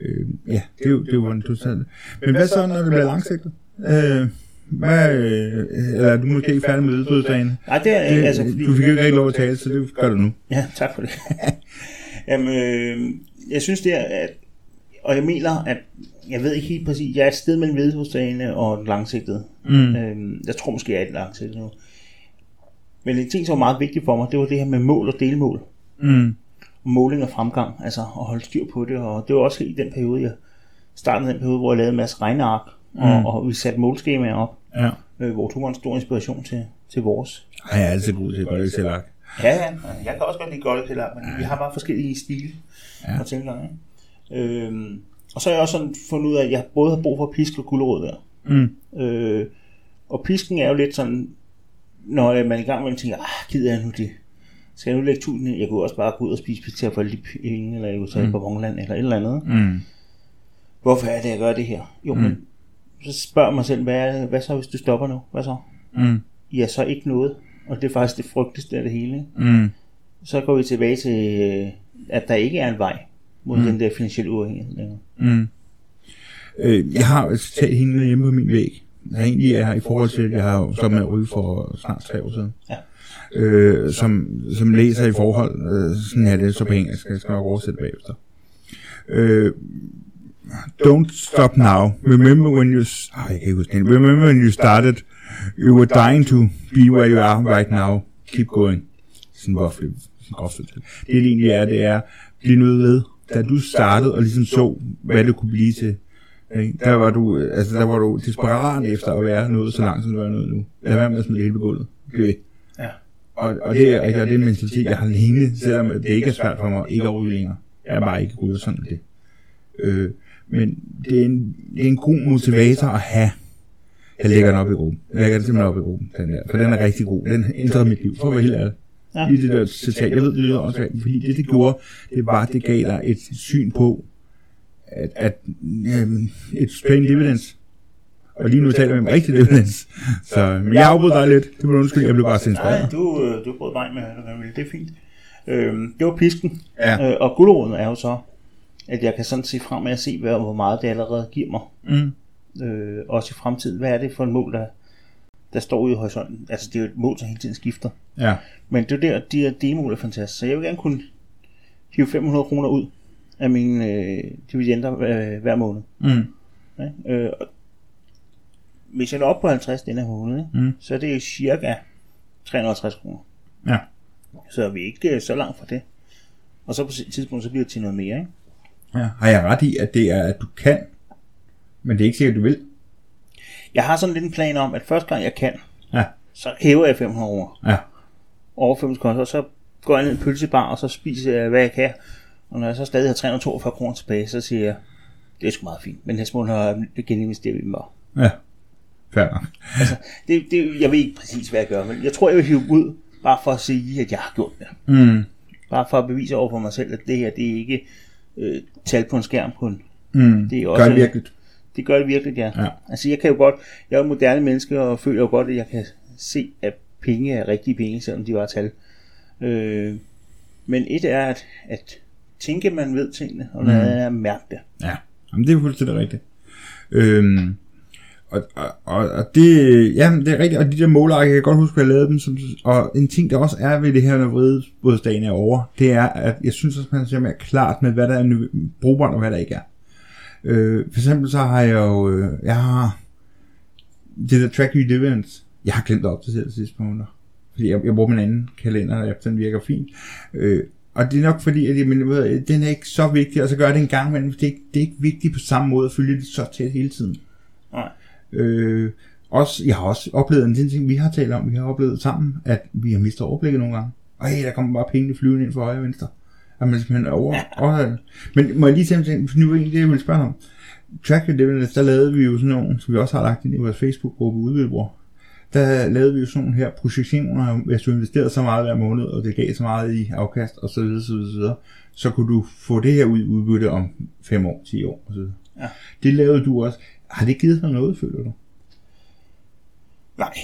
Speaker 2: øhm, øh, ja, det er jo, det er jo hvordan du sagde det. Men hvad så, når det bliver langsigtet? Øh, Hvad, øh, eller du er måske ikke færdig med ytringsdagen.
Speaker 1: Nej, det er
Speaker 2: Det,
Speaker 1: altså... Fordi,
Speaker 2: du fik jo ikke rigtig lov at tale, så det gør du nu.
Speaker 1: Ja, tak for det. Jamen, øh, jeg synes det er, at, og jeg mener, at jeg ved ikke helt præcis, jeg er et sted mellem vedhusdagene og den langsigtede.
Speaker 2: Mm.
Speaker 1: Øh, jeg tror måske, jeg er i den langsigtede nu. Men en ting, som var meget vigtig for mig, det var det her med mål og delmål.
Speaker 2: Mm.
Speaker 1: Måling og fremgang, altså at holde styr på det. Og det var også i den periode, jeg startede den periode, hvor jeg lavede en masse regneark, og,
Speaker 2: Mm.
Speaker 1: og vi satte målskemaer op,
Speaker 2: Ja.
Speaker 1: øh, hvor du var en stor inspiration til, til vores.
Speaker 2: Ej, jeg er altid god til at gøre det selv. Ak.
Speaker 1: Ja, ja. Jeg kan også godt lide godt til men vi har bare forskellige stile ja. og tilgange. Øhm, og så har jeg også sådan fundet ud af, at jeg både har brug for pisk og gulerod der.
Speaker 2: Mm.
Speaker 1: Øh, og pisken er jo lidt sådan, når øh, man er i gang med at tænker, ah, gider jeg nu det? Skal jeg nu lægge tusind i? Jeg kunne også bare gå ud og spise pizza for alle de penge, eller jeg kunne tage mm. på Vongland, eller et eller andet.
Speaker 2: Mm.
Speaker 1: Hvorfor er det, jeg gør det her? Jo, mm. men så spørger jeg mig selv, hvad, er det, hvad så, hvis du stopper nu? Hvad så?
Speaker 2: Mm.
Speaker 1: Ja, så ikke noget. Og det er faktisk det frygteligste af det hele. Ikke?
Speaker 2: Mm.
Speaker 1: så går vi tilbage til, øh, at der ikke er en vej mod mm. den der finansielle uafhængighed længere.
Speaker 2: Mm. Øh, jeg har et citat hængende hjemme på min væg. Der egentlig er i forhold til, at jeg har jo stoppet med at ryge for snart tre år siden.
Speaker 1: Ja.
Speaker 2: Øh, som, som læser i forhold, øh, sådan er det så på engelsk, jeg skal nok oversætte bagefter. Øh, don't stop now. Remember when you... s- Ej, jeg kan ikke huske den. Remember when you started. You were dying to be where you are right now. Keep going. Sådan roughly. Sådan roughly. Det det egentlig er, det er, blive nødt ved, da du startede og ligesom så, hvad det kunne blive til. ikke? Der var du, øh, altså der var du desperat efter at være noget så langt, som du er nået nu. Lad være med at smide det hele på gulvet. Okay.
Speaker 1: Ja.
Speaker 2: Og, og det er, og det er den mentalitet, jeg har hængende, selvom det ikke er svært for mig ikke at ryge længere. Jeg er bare ikke god sådan er det. Øh, men det er, en, det er en god motivator at have. Jeg lægger den op i gruppen. Jeg lægger den simpelthen op i gruppen, den der. For den er rigtig god. Den ændrede mit liv, for at være helt ærlig.
Speaker 1: Ja.
Speaker 2: Lige det der citat. Jeg ved, det lyder også fordi det, det gjorde, det var, det gav dig et syn på, at, at øhm, it's paying dividends. Og lige nu taler vi om rigtig dividends. Så men jeg afbrød dig lidt. Det må du undskylde, jeg blev bare så
Speaker 1: Nej,
Speaker 2: inspireret.
Speaker 1: du, øh, du brød vej med, hvad du ville. det er fint. Øhm, det var pisken.
Speaker 2: Ja.
Speaker 1: Øh, og guldråden er jo så, at jeg kan sådan se frem og se, hvad, hvor meget det allerede giver mig.
Speaker 2: Mm.
Speaker 1: Øh, også i fremtiden. Hvad er det for et mål, der, der står ude i horisonten? Altså, det er jo et mål, som hele tiden skifter.
Speaker 2: Ja.
Speaker 1: Men det er der, de her demoer er fantastiske. Så jeg vil gerne kunne hive 500 kroner ud af mine øh, dividender øh, hver måned.
Speaker 2: Mm.
Speaker 1: Ja, øh, og hvis jeg når op på 50 den her måned, ikke,
Speaker 2: Mm.
Speaker 1: så er det cirka 360 kroner.
Speaker 2: Ja.
Speaker 1: Så er vi ikke øh, så langt fra det. Og så på et tidspunkt, så bliver det til noget mere. Ikke?
Speaker 2: ja. Har jeg ret i, at det er, at du kan, men det er ikke sikkert, du vil?
Speaker 1: Jeg har sådan lidt en plan om, at første gang jeg kan,
Speaker 2: Ja.
Speaker 1: så hæver jeg 500 kroner
Speaker 2: Ja.
Speaker 1: overføringskonto, og så går jeg ned i en pølsebar, og så spiser jeg, hvad jeg kan. Og når jeg så stadig har 342 kroner tilbage, så siger jeg, det er sgu meget fint, men næste måned har jeg geninvesteret i dem bare.
Speaker 2: Ja. Færdig.
Speaker 1: Det, det, jeg ved ikke præcis, hvad jeg gør, men jeg tror, jeg vil hive dem ud, bare for at sige, at jeg har gjort det.
Speaker 2: Mm.
Speaker 1: Bare for at bevise over for mig selv, at det her, det er ikke øh, tal på en skærm på en.
Speaker 2: Mm.
Speaker 1: Det er
Speaker 2: Gør
Speaker 1: også-
Speaker 2: det virkelig.
Speaker 1: Det gør det virkelig, ja.
Speaker 2: Ja.
Speaker 1: Altså jeg kan jo godt, jeg er jo moderne menneske, og føler jo godt, at jeg kan se, at penge er rigtige penge, selvom de var tal. Øh, men et er at, at tænke, at man ved tingene, og noget andet er at mærke det.
Speaker 2: Ja, Jamen, det er fuldstændig rigtigt. Øhm, og, og, og, og det, ja, det er rigtigt, og de der målark, jeg kan godt huske, at jeg lavede dem, som, og en ting, der også er ved det her, når vredesdagen er over, det er, at jeg synes også, man ser mere klart med, hvad der er nø- brugbart, og hvad der ikke er. Øh, for eksempel så har jeg jo, øh, jeg har det der track your dividends, jeg har glemt at opdatere det sidste par måneder. Fordi jeg, jeg bruger min anden kalender, og den virker fint. Øh, og det er nok fordi, at jeg, men, ved, jeg, den er ikke så vigtig, og så gør jeg det en gang imellem, for det er, ikke, det er ikke vigtigt på samme måde at følge det så tæt hele tiden.
Speaker 1: Nej.
Speaker 2: Øh, også, jeg har også oplevet en ting, vi har talt om, vi har oplevet sammen, at vi har mistet overblikket nogle gange. Og hey, der kommer bare pengene flyvende ind fra højre og venstre. At man simpelthen er over, over Men må jeg lige tage en ting, for nu er egentlig det, jeg vil spørge om. Track Your Dividends, der lavede vi jo sådan nogle, som vi også har lagt ind i vores Facebook-gruppe Udvildbror. Der lavede vi jo sådan nogle her projektioner, om, hvis du investerede så meget hver måned, og det gav så meget i afkast, og så videre, så videre, så videre, så kunne du få det her ud i udbytte om 5 år, 10 år, og så videre.
Speaker 1: Ja.
Speaker 2: Det lavede du også. Har det givet dig noget, føler du?
Speaker 1: Nej,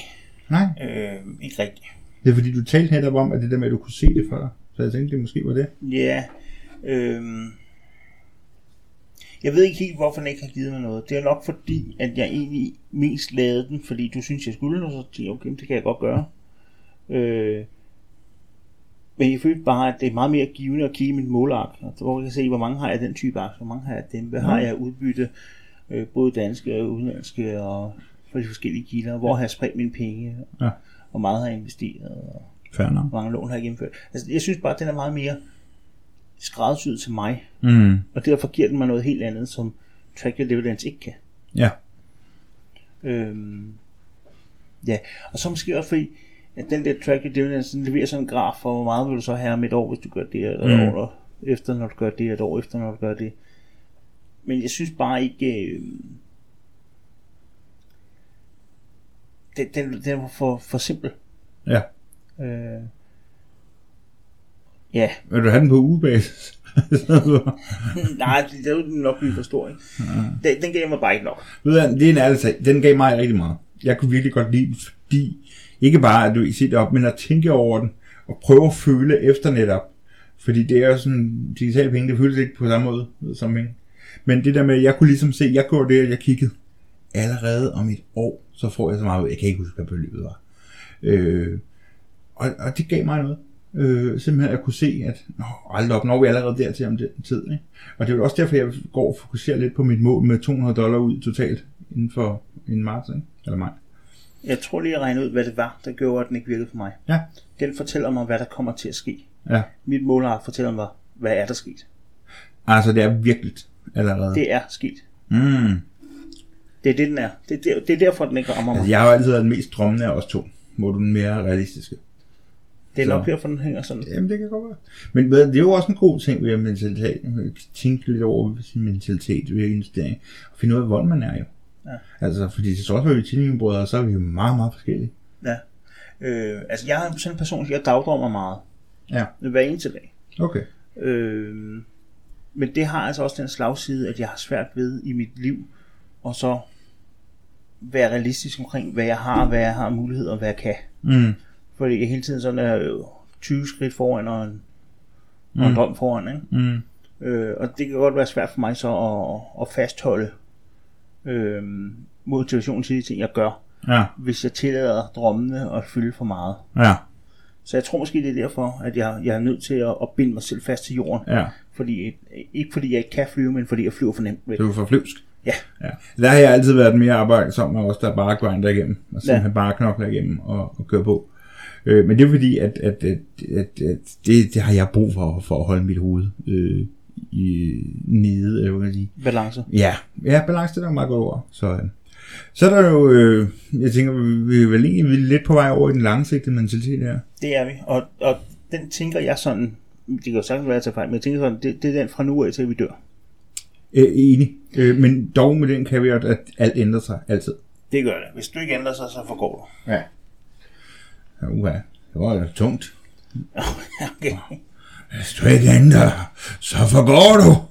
Speaker 2: Nej,
Speaker 1: øh, ikke rigtigt.
Speaker 2: det er fordi, du talte netop om, at det der med, at du kunne se det for dig. Så jeg tænkte, det måske var det.
Speaker 1: Ja, øh, øhm, Jeg ved ikke helt, hvorfor den ikke har givet mig noget. Det er nok fordi, at jeg egentlig mest lavede den, fordi du synes, jeg skulle, og så tænkte jeg, okay, men det kan jeg godt gøre. Øh, men jeg følte bare, at det er meget mere givende at kigge i mit målark, og så hvor jeg kan se, hvor mange har jeg den type ark, hvor mange har jeg dem, hvad har jeg udbytte, øh, både danske og udenlandske, og fra de forskellige kilder, hvor har jeg spredt mine penge,
Speaker 2: Ja.
Speaker 1: hvor meget har jeg investeret, og
Speaker 2: Fair nok.
Speaker 1: hvor mange lån har jeg gennemført. Altså, jeg synes bare, at den er meget mere skræddersyet til mig,
Speaker 2: Mm.
Speaker 1: og derfor giver den mig noget helt andet, som Track Your Dividends ikke kan.
Speaker 2: Ja.
Speaker 1: Øhm, ja, og så måske også fordi, at den der Track Your Dividends, den leverer sådan en graf for, hvor meget vil du så have om et år, hvis du gør det, eller
Speaker 2: Mm.
Speaker 1: mm. år efter, når du gør det, et år efter, når du gør det. Men jeg synes bare ikke, øh, den, den, den var for, for simpel.
Speaker 2: Ja.
Speaker 1: Øh, ja,
Speaker 2: Vil du have den på ugebasis?
Speaker 1: Nej, det det er jo nok blive for stor, ikke? Ja. Den, den gav mig bare ikke nok.
Speaker 2: Ved du, hvad, det er en ærlig sag. Den gav mig rigtig meget. Jeg kunne virkelig godt lide den, fordi ikke bare at du ikke sætter op, men at tænke over den og prøve at føle efter netop. Fordi det er jo sådan, digitale penge, det føles ikke på samme måde ved, som penge. Men det der med, at jeg kunne ligesom se, jeg gjorde det, at jeg kiggede. Allerede om et år, så får jeg så meget ud. Jeg kan ikke huske, hvad beløbet var. Øh, og, og det gav mig noget. Øh, simpelthen at jeg kunne se, at nå, hold op, når vi allerede dertil om den tid. Ikke? Og det er jo også derfor, jeg går og fokuserer lidt på mit mål med 200 dollar ud totalt inden for en marts, ikke? eller maj.
Speaker 1: Jeg tror lige, jeg regnede ud, hvad det var, der gjorde, at den ikke virkede for mig.
Speaker 2: Ja.
Speaker 1: Den fortæller mig, hvad der kommer til at ske.
Speaker 2: Ja.
Speaker 1: Mit måler fortæller mig, hvad er der sket.
Speaker 2: Altså, det er virkelig allerede. Det...
Speaker 1: Det er sket.
Speaker 2: Mm.
Speaker 1: Det er det, den er. Det er, der, det er derfor, den ikke rammer mig.
Speaker 2: Altså, jeg har jo altid været den mest drømmende af os to, hvor du er den mere realistiske.
Speaker 1: Det er nok
Speaker 2: så-
Speaker 1: derfor, den hænger sådan.
Speaker 2: Jamen, det kan godt være. Men ved du, det er jo også en god ting ved mentalitet. Man kan Tænke lidt over sin mentalitet ved investering. Og finde ud af, hvordan man er jo.
Speaker 1: Ja.
Speaker 2: Altså, fordi til trods for, at vi er tvillingebrødre, så er vi jo meget, meget forskellige.
Speaker 1: Øh, altså, jeg er sådan en person, jeg dagdrømmer meget.
Speaker 2: Ja.
Speaker 1: Hver eneste dag.
Speaker 2: Okay.
Speaker 1: Øh, men det har altså også den slagside, at jeg har svært ved i mit liv, og så være realistisk omkring, hvad jeg har, hvad jeg har af muligheder, og hvad jeg kan.
Speaker 2: Mm.
Speaker 1: Fordi jeg hele tiden sådan er øh, 20 skridt foran og en, mm. og en drøm foran. Ikke?
Speaker 2: Mm.
Speaker 1: Øh, og det kan godt være svært for mig så at, at fastholde øh, motivationen til de ting, jeg gør,
Speaker 2: Ja.
Speaker 1: hvis jeg tillader drømmene at fylde for meget.
Speaker 2: Ja.
Speaker 1: Så jeg tror måske, det er derfor, at jeg, jeg er nødt til at, at binde mig selv fast til jorden.
Speaker 2: Ja.
Speaker 1: Fordi, ikke fordi jeg ikke kan flyve, men fordi jeg flyver for nemt væk.
Speaker 2: Det var for flyvsk.
Speaker 1: Ja.
Speaker 2: ja. Der har jeg altid været mere arbejdsom med os, der bare grinder igennem, og simpelthen ja. bare knokler igennem og, og kører på. Øh, men det er fordi, at, at, at, at, at det, det har jeg brug for, for at holde mit hoved øh, i, nede, eller hvad jeg sige.
Speaker 1: Balance.
Speaker 2: Ja, ja balance det er der meget godt ord. Så, øh. så er der jo, øh, jeg tænker, vi er vel egentlig vi er lidt på vej over i den langsigtede mentalitet her.
Speaker 1: Det er vi. Og, og den tænker jeg sådan, det kan jo sagtens være at tage fejl, men jeg tænker sådan, det, det er den fra nu af til vi dør.
Speaker 2: Øh, enig. Øh, men dog med den kan vi at alt ændrer sig altid.
Speaker 1: Det gør det. Hvis du ikke ændrer sig, så forgår du.
Speaker 2: Ja. Ja, uha. Det var jo tungt.
Speaker 1: okay.
Speaker 2: Hvis du ikke ændrer, så forgår du.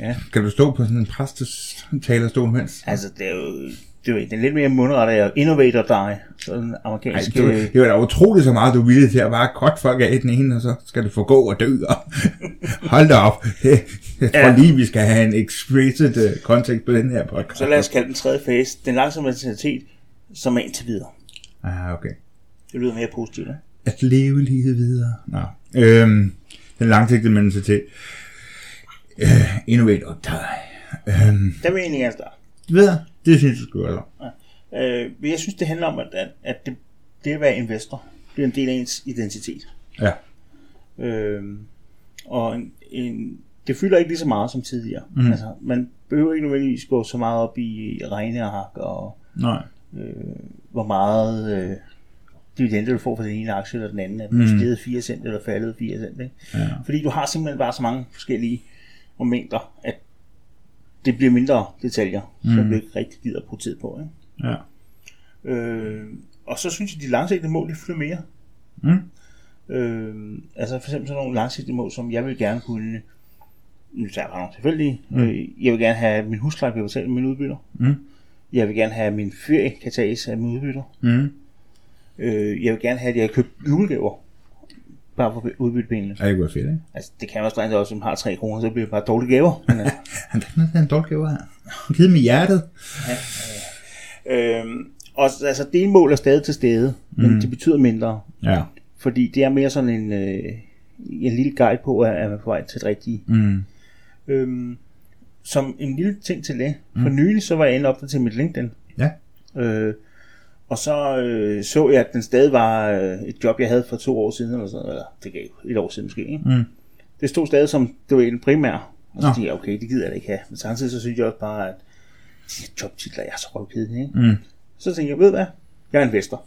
Speaker 1: Ja.
Speaker 2: Kan du stå på sådan en præstes talerstol mens?
Speaker 1: Altså, det er jo, det er jo den lidt mere mundrette af innovator dig, sådan en
Speaker 2: Ej,
Speaker 1: amerikansk... øh,
Speaker 2: det, var, det var da utroligt så meget, du ville til at bare godt folk af den ene, og så skal du forgå og dø. Og Hold da op. Jeg tror
Speaker 1: Ja.
Speaker 2: lige, vi skal have en explicit øh, kontekst på den her podcast.
Speaker 1: så lad os kalde den tredje fase, den langsomme intensitet, som er indtil videre.
Speaker 2: Ah, okay.
Speaker 1: Det lyder mere positivt, ikke?
Speaker 2: At leve livet videre. Nå. Øhm, den langsigtede mentalitet. Øh, innovator dig. Øhm,
Speaker 1: Der vil jeg egentlig gerne starte.
Speaker 2: ved jeg, det synes jeg skulle være
Speaker 1: Øh, men jeg synes, det handler om, at, at, at det, det at være investor, det er en del af ens identitet.
Speaker 2: Ja.
Speaker 1: Øh, og en, en, det fylder ikke lige så meget som tidligere. Mm. Altså, man behøver ikke nødvendigvis gå så meget op i regneark og
Speaker 2: Nej.
Speaker 1: Øh, hvor meget øh, dividende du får fra den ene aktie eller den anden. Er den mm. steget 4 cent eller faldet 4 cent. Ikke?
Speaker 2: Ja.
Speaker 1: Fordi du har simpelthen bare så mange forskellige momenter, at det bliver mindre detaljer, mm. som du ikke rigtig gider at bruge tid på. Ikke?
Speaker 2: Ja.
Speaker 1: Øh, og så synes jeg, de langsigtede mål, de fylder mere.
Speaker 2: Mm.
Speaker 1: Øh, altså for eksempel sådan nogle langsigtede mål, som jeg vil gerne kunne, nu tager jeg bare nogle tilfældige, mm. øh, jeg vil gerne have at min husleje bliver betalt med min udbytter.
Speaker 2: Mm.
Speaker 1: Jeg vil gerne have, at min ferie kan tages af min udbytter.
Speaker 2: Mm.
Speaker 1: Øh, jeg vil gerne have, at jeg har købt julegaver. bare for udbyttebenene.
Speaker 2: Ja, det kunne være fedt, ikke?
Speaker 1: Altså, det kan man strengt også, som har 3 kroner, så bliver det bare dårlige gaver. Men, øh,
Speaker 2: Han der er noget, der er en dårlig gave her. Givet med hjertet.
Speaker 1: øhm, og altså, delmål er stadig til stede, men det betyder mindre.
Speaker 2: Ja.
Speaker 1: Fordi det er mere sådan en, øh, en lille guide på, at at man er på vej til det rigtige.
Speaker 2: Mm.
Speaker 1: Øhm, som en lille ting til det. For nylig så var jeg inde op til mit LinkedIn.
Speaker 2: Mm. Ja.
Speaker 1: Øh, og så øh, så jeg, at den stadig var øh, et job, jeg havde for to år siden, eller, sådan, eller det gav et år siden måske. Ikke?
Speaker 2: Mm.
Speaker 1: Det stod stadig som, det var en primær. Og så
Speaker 2: Nå.
Speaker 1: tænkte jeg, okay, det gider jeg da ikke have. Men samtidig så synes jeg også bare, at de her jobtitler, jeg er så røvkedelige. Ikke?
Speaker 2: Mm.
Speaker 1: Så tænkte jeg, ved du hvad, jeg er investor.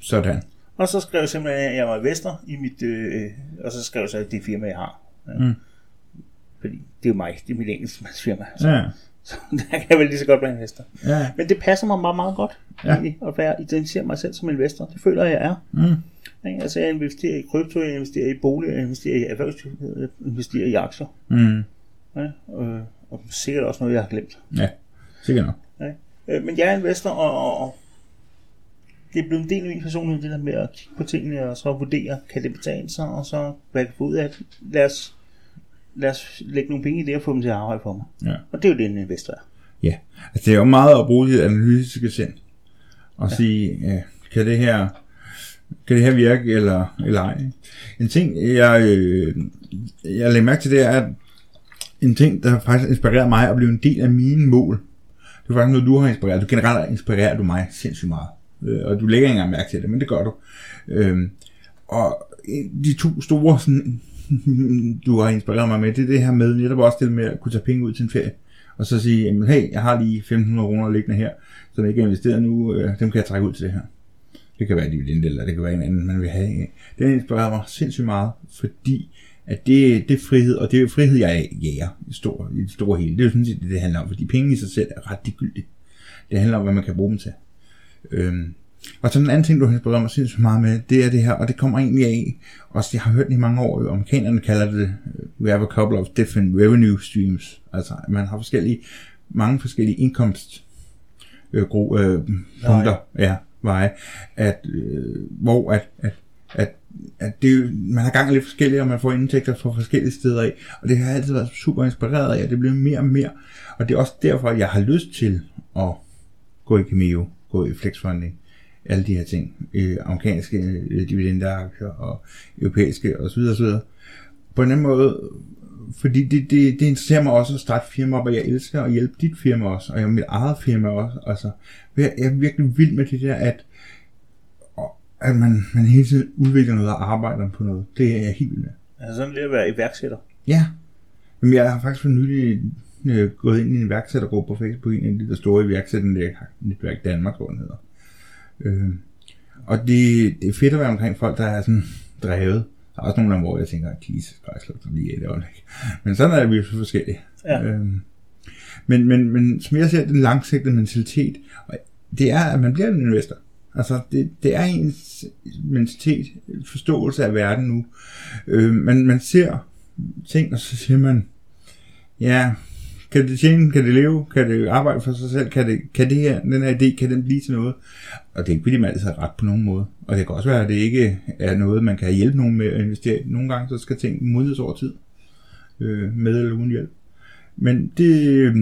Speaker 2: Sådan.
Speaker 1: Og så skrev jeg simpelthen, at jeg var investor i mit, øh, og så skrev jeg så, at det firma, jeg har. Ja.
Speaker 2: Mm.
Speaker 1: Fordi det er jo mig, det er mit engelskmandsfirma. Så,
Speaker 2: Ja.
Speaker 1: så der kan jeg vel lige så godt være investor.
Speaker 2: Ja.
Speaker 1: Men det passer mig meget, meget godt
Speaker 2: Ja.
Speaker 1: ja. at være, identificere mig selv som investor. Det føler jeg, jeg er.
Speaker 2: Mm.
Speaker 1: Ikke? Altså jeg investerer i krypto, jeg investerer i boliger, jeg investerer i erhvervsvirksomhed, jeg investerer i aktier.
Speaker 2: Mm.
Speaker 1: Ja? Og, og sikkert også noget, jeg har glemt.
Speaker 2: Ja. Sikkert nok.
Speaker 1: Ja? Øh, Men jeg er investor, og, og, og det er blevet en del af min personlighed, det der med at kigge på tingene, og så vurdere, kan det betale sig, og så hvad jeg kan få ud af det. Lad os, lad os lægge nogle penge i det og få dem til at arbejde for mig.
Speaker 2: Ja.
Speaker 1: Og det er jo det, en investor er.
Speaker 2: Ja, altså det er jo meget at bruge det analytiske sind og ja. sige, ja, kan det her kan det her virke eller, eller ej. ikke? En ting, jeg, øh, jeg lagde mærke til, det er, at en ting, der faktisk inspirerer mig og blev en del af mine mål, det er faktisk noget, du har inspireret. Du generelt inspirerer du mig sindssygt meget. Øh, og du lægger ikke engang mærke til det, men det gør du. Øh, og øh, de to store, sådan, du har inspireret mig med, det er det her med netop også det med at kunne tage penge ud til en ferie. Og så sige, jamen, hey, jeg har lige 1500 kroner liggende her, som jeg ikke er investeret nu, øh, dem kan jeg trække ud til det her. Det kan være, at de vil inddele, eller det kan være en anden, man vil have. ikke? Det inspirerer mig sindssygt meget, fordi at det, det er frihed, og det er jo frihed, jeg jager i, stor, i det store hele. Det er jo sådan set det, det handler om, fordi penge i sig selv er ret ligegyldigt. Det handler om, hvad man kan bruge dem til. Øhm, og så den anden ting, du har inspireret mig sindssygt meget med, det er det her, og det kommer egentlig af, også jeg har hørt det i mange år, og amerikanerne kalder det, øh, we have a couple of different revenue streams, altså at man har forskellige, mange forskellige indkomst øh, gro, øh, punkter, ja, veje, at, øh, hvor at, at, at, at det, er jo- man har gang i lidt forskellige, og man får indtægter fra forskellige steder af, og det har jeg altid været super inspireret af, og det bliver mere og mere, og det er også derfor, at jeg har lyst til at gå i Cameo, gå i flexfunding, alle de her ting, øh, amerikanske øh, dividendeaktier og europæiske osv. osv. På en anden måde, fordi det, det, det interesserer mig også at starte firma op, og jeg elsker at hjælpe dit firma også, og jeg mit eget firma også. Altså, jeg jeg er virkelig vild med det der, at, og- at man, man hele tiden udvikler noget og arbejder på noget. Det er jeg helt vild med.
Speaker 1: Altså sådan lidt at være iværksætter.
Speaker 2: Ja. Jamen, jeg har faktisk for nylig øh, gået ind i en iværksættergruppe på Facebook, en af de der store iværksætternetværk Danmark, hvor den hedder. Øh, og det, det er fedt at være omkring folk, der er sådan drevet. Der er også nogle af dem, hvor jeg tænker, Jesus Christ, luk dem lige af det øjeblik. Men sådan er vi jo så forskellige.
Speaker 1: Ja.
Speaker 2: Øh, men, men, men som jeg ser den langsigtede mentalitet, og det er, at man bliver en investor. Altså, det, det er ens mentalitet, forståelse af verden nu. Øh, man, man ser ting, og så siger man, ja, kan det tjene, kan det leve, kan det arbejde for sig selv, kan, det, kan det her, den her idé, kan den blive til noget? Og det er ikke, fordi man altid har ret på nogen måde. Og det kan også være, at det ikke er noget, man kan hjælpe nogen med at investere. i. Nogle gange, så skal ting modnes over tid, øh, med eller uden hjælp. Men det, øh,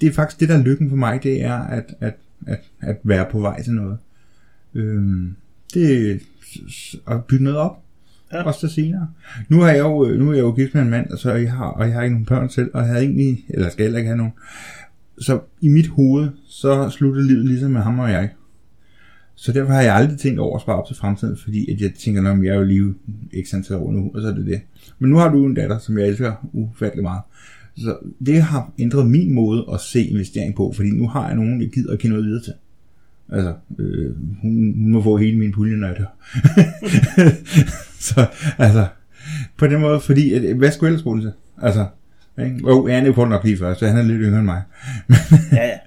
Speaker 2: det er faktisk det, der er lykken for mig, det er at, at, at, at være på vej til noget. Øh, det er s- s- at bygge noget op,
Speaker 1: Ja.
Speaker 2: ja. også til senere. Nu har jeg jo, øh, nu er jeg jo gift med en mand, og, så jeg har, og jeg har ikke nogen børn selv, og jeg havde egentlig, eller skal heller ikke have nogen. Så i mit hoved, så sluttede livet ligesom med ham og jeg. Så derfor har jeg aldrig tænkt over at spare op til fremtiden, fordi at jeg tænker, når jeg er jo lige ikke antal år nu, og så er det det. Men nu har du en datter, som jeg elsker ufattelig meget. Så det har ændret min måde at se investering på, fordi nu har jeg nogen, jeg gider at give noget videre til. Altså, øh, hun, hun må få hele min pulje, når jeg dør. så, altså, på den måde, fordi, at, hvad skulle jeg ellers bruge den til? Altså, ikke? Jo, oh, Anne får den nok lige først, så han er lidt yngre end mig.
Speaker 1: Ja, ja.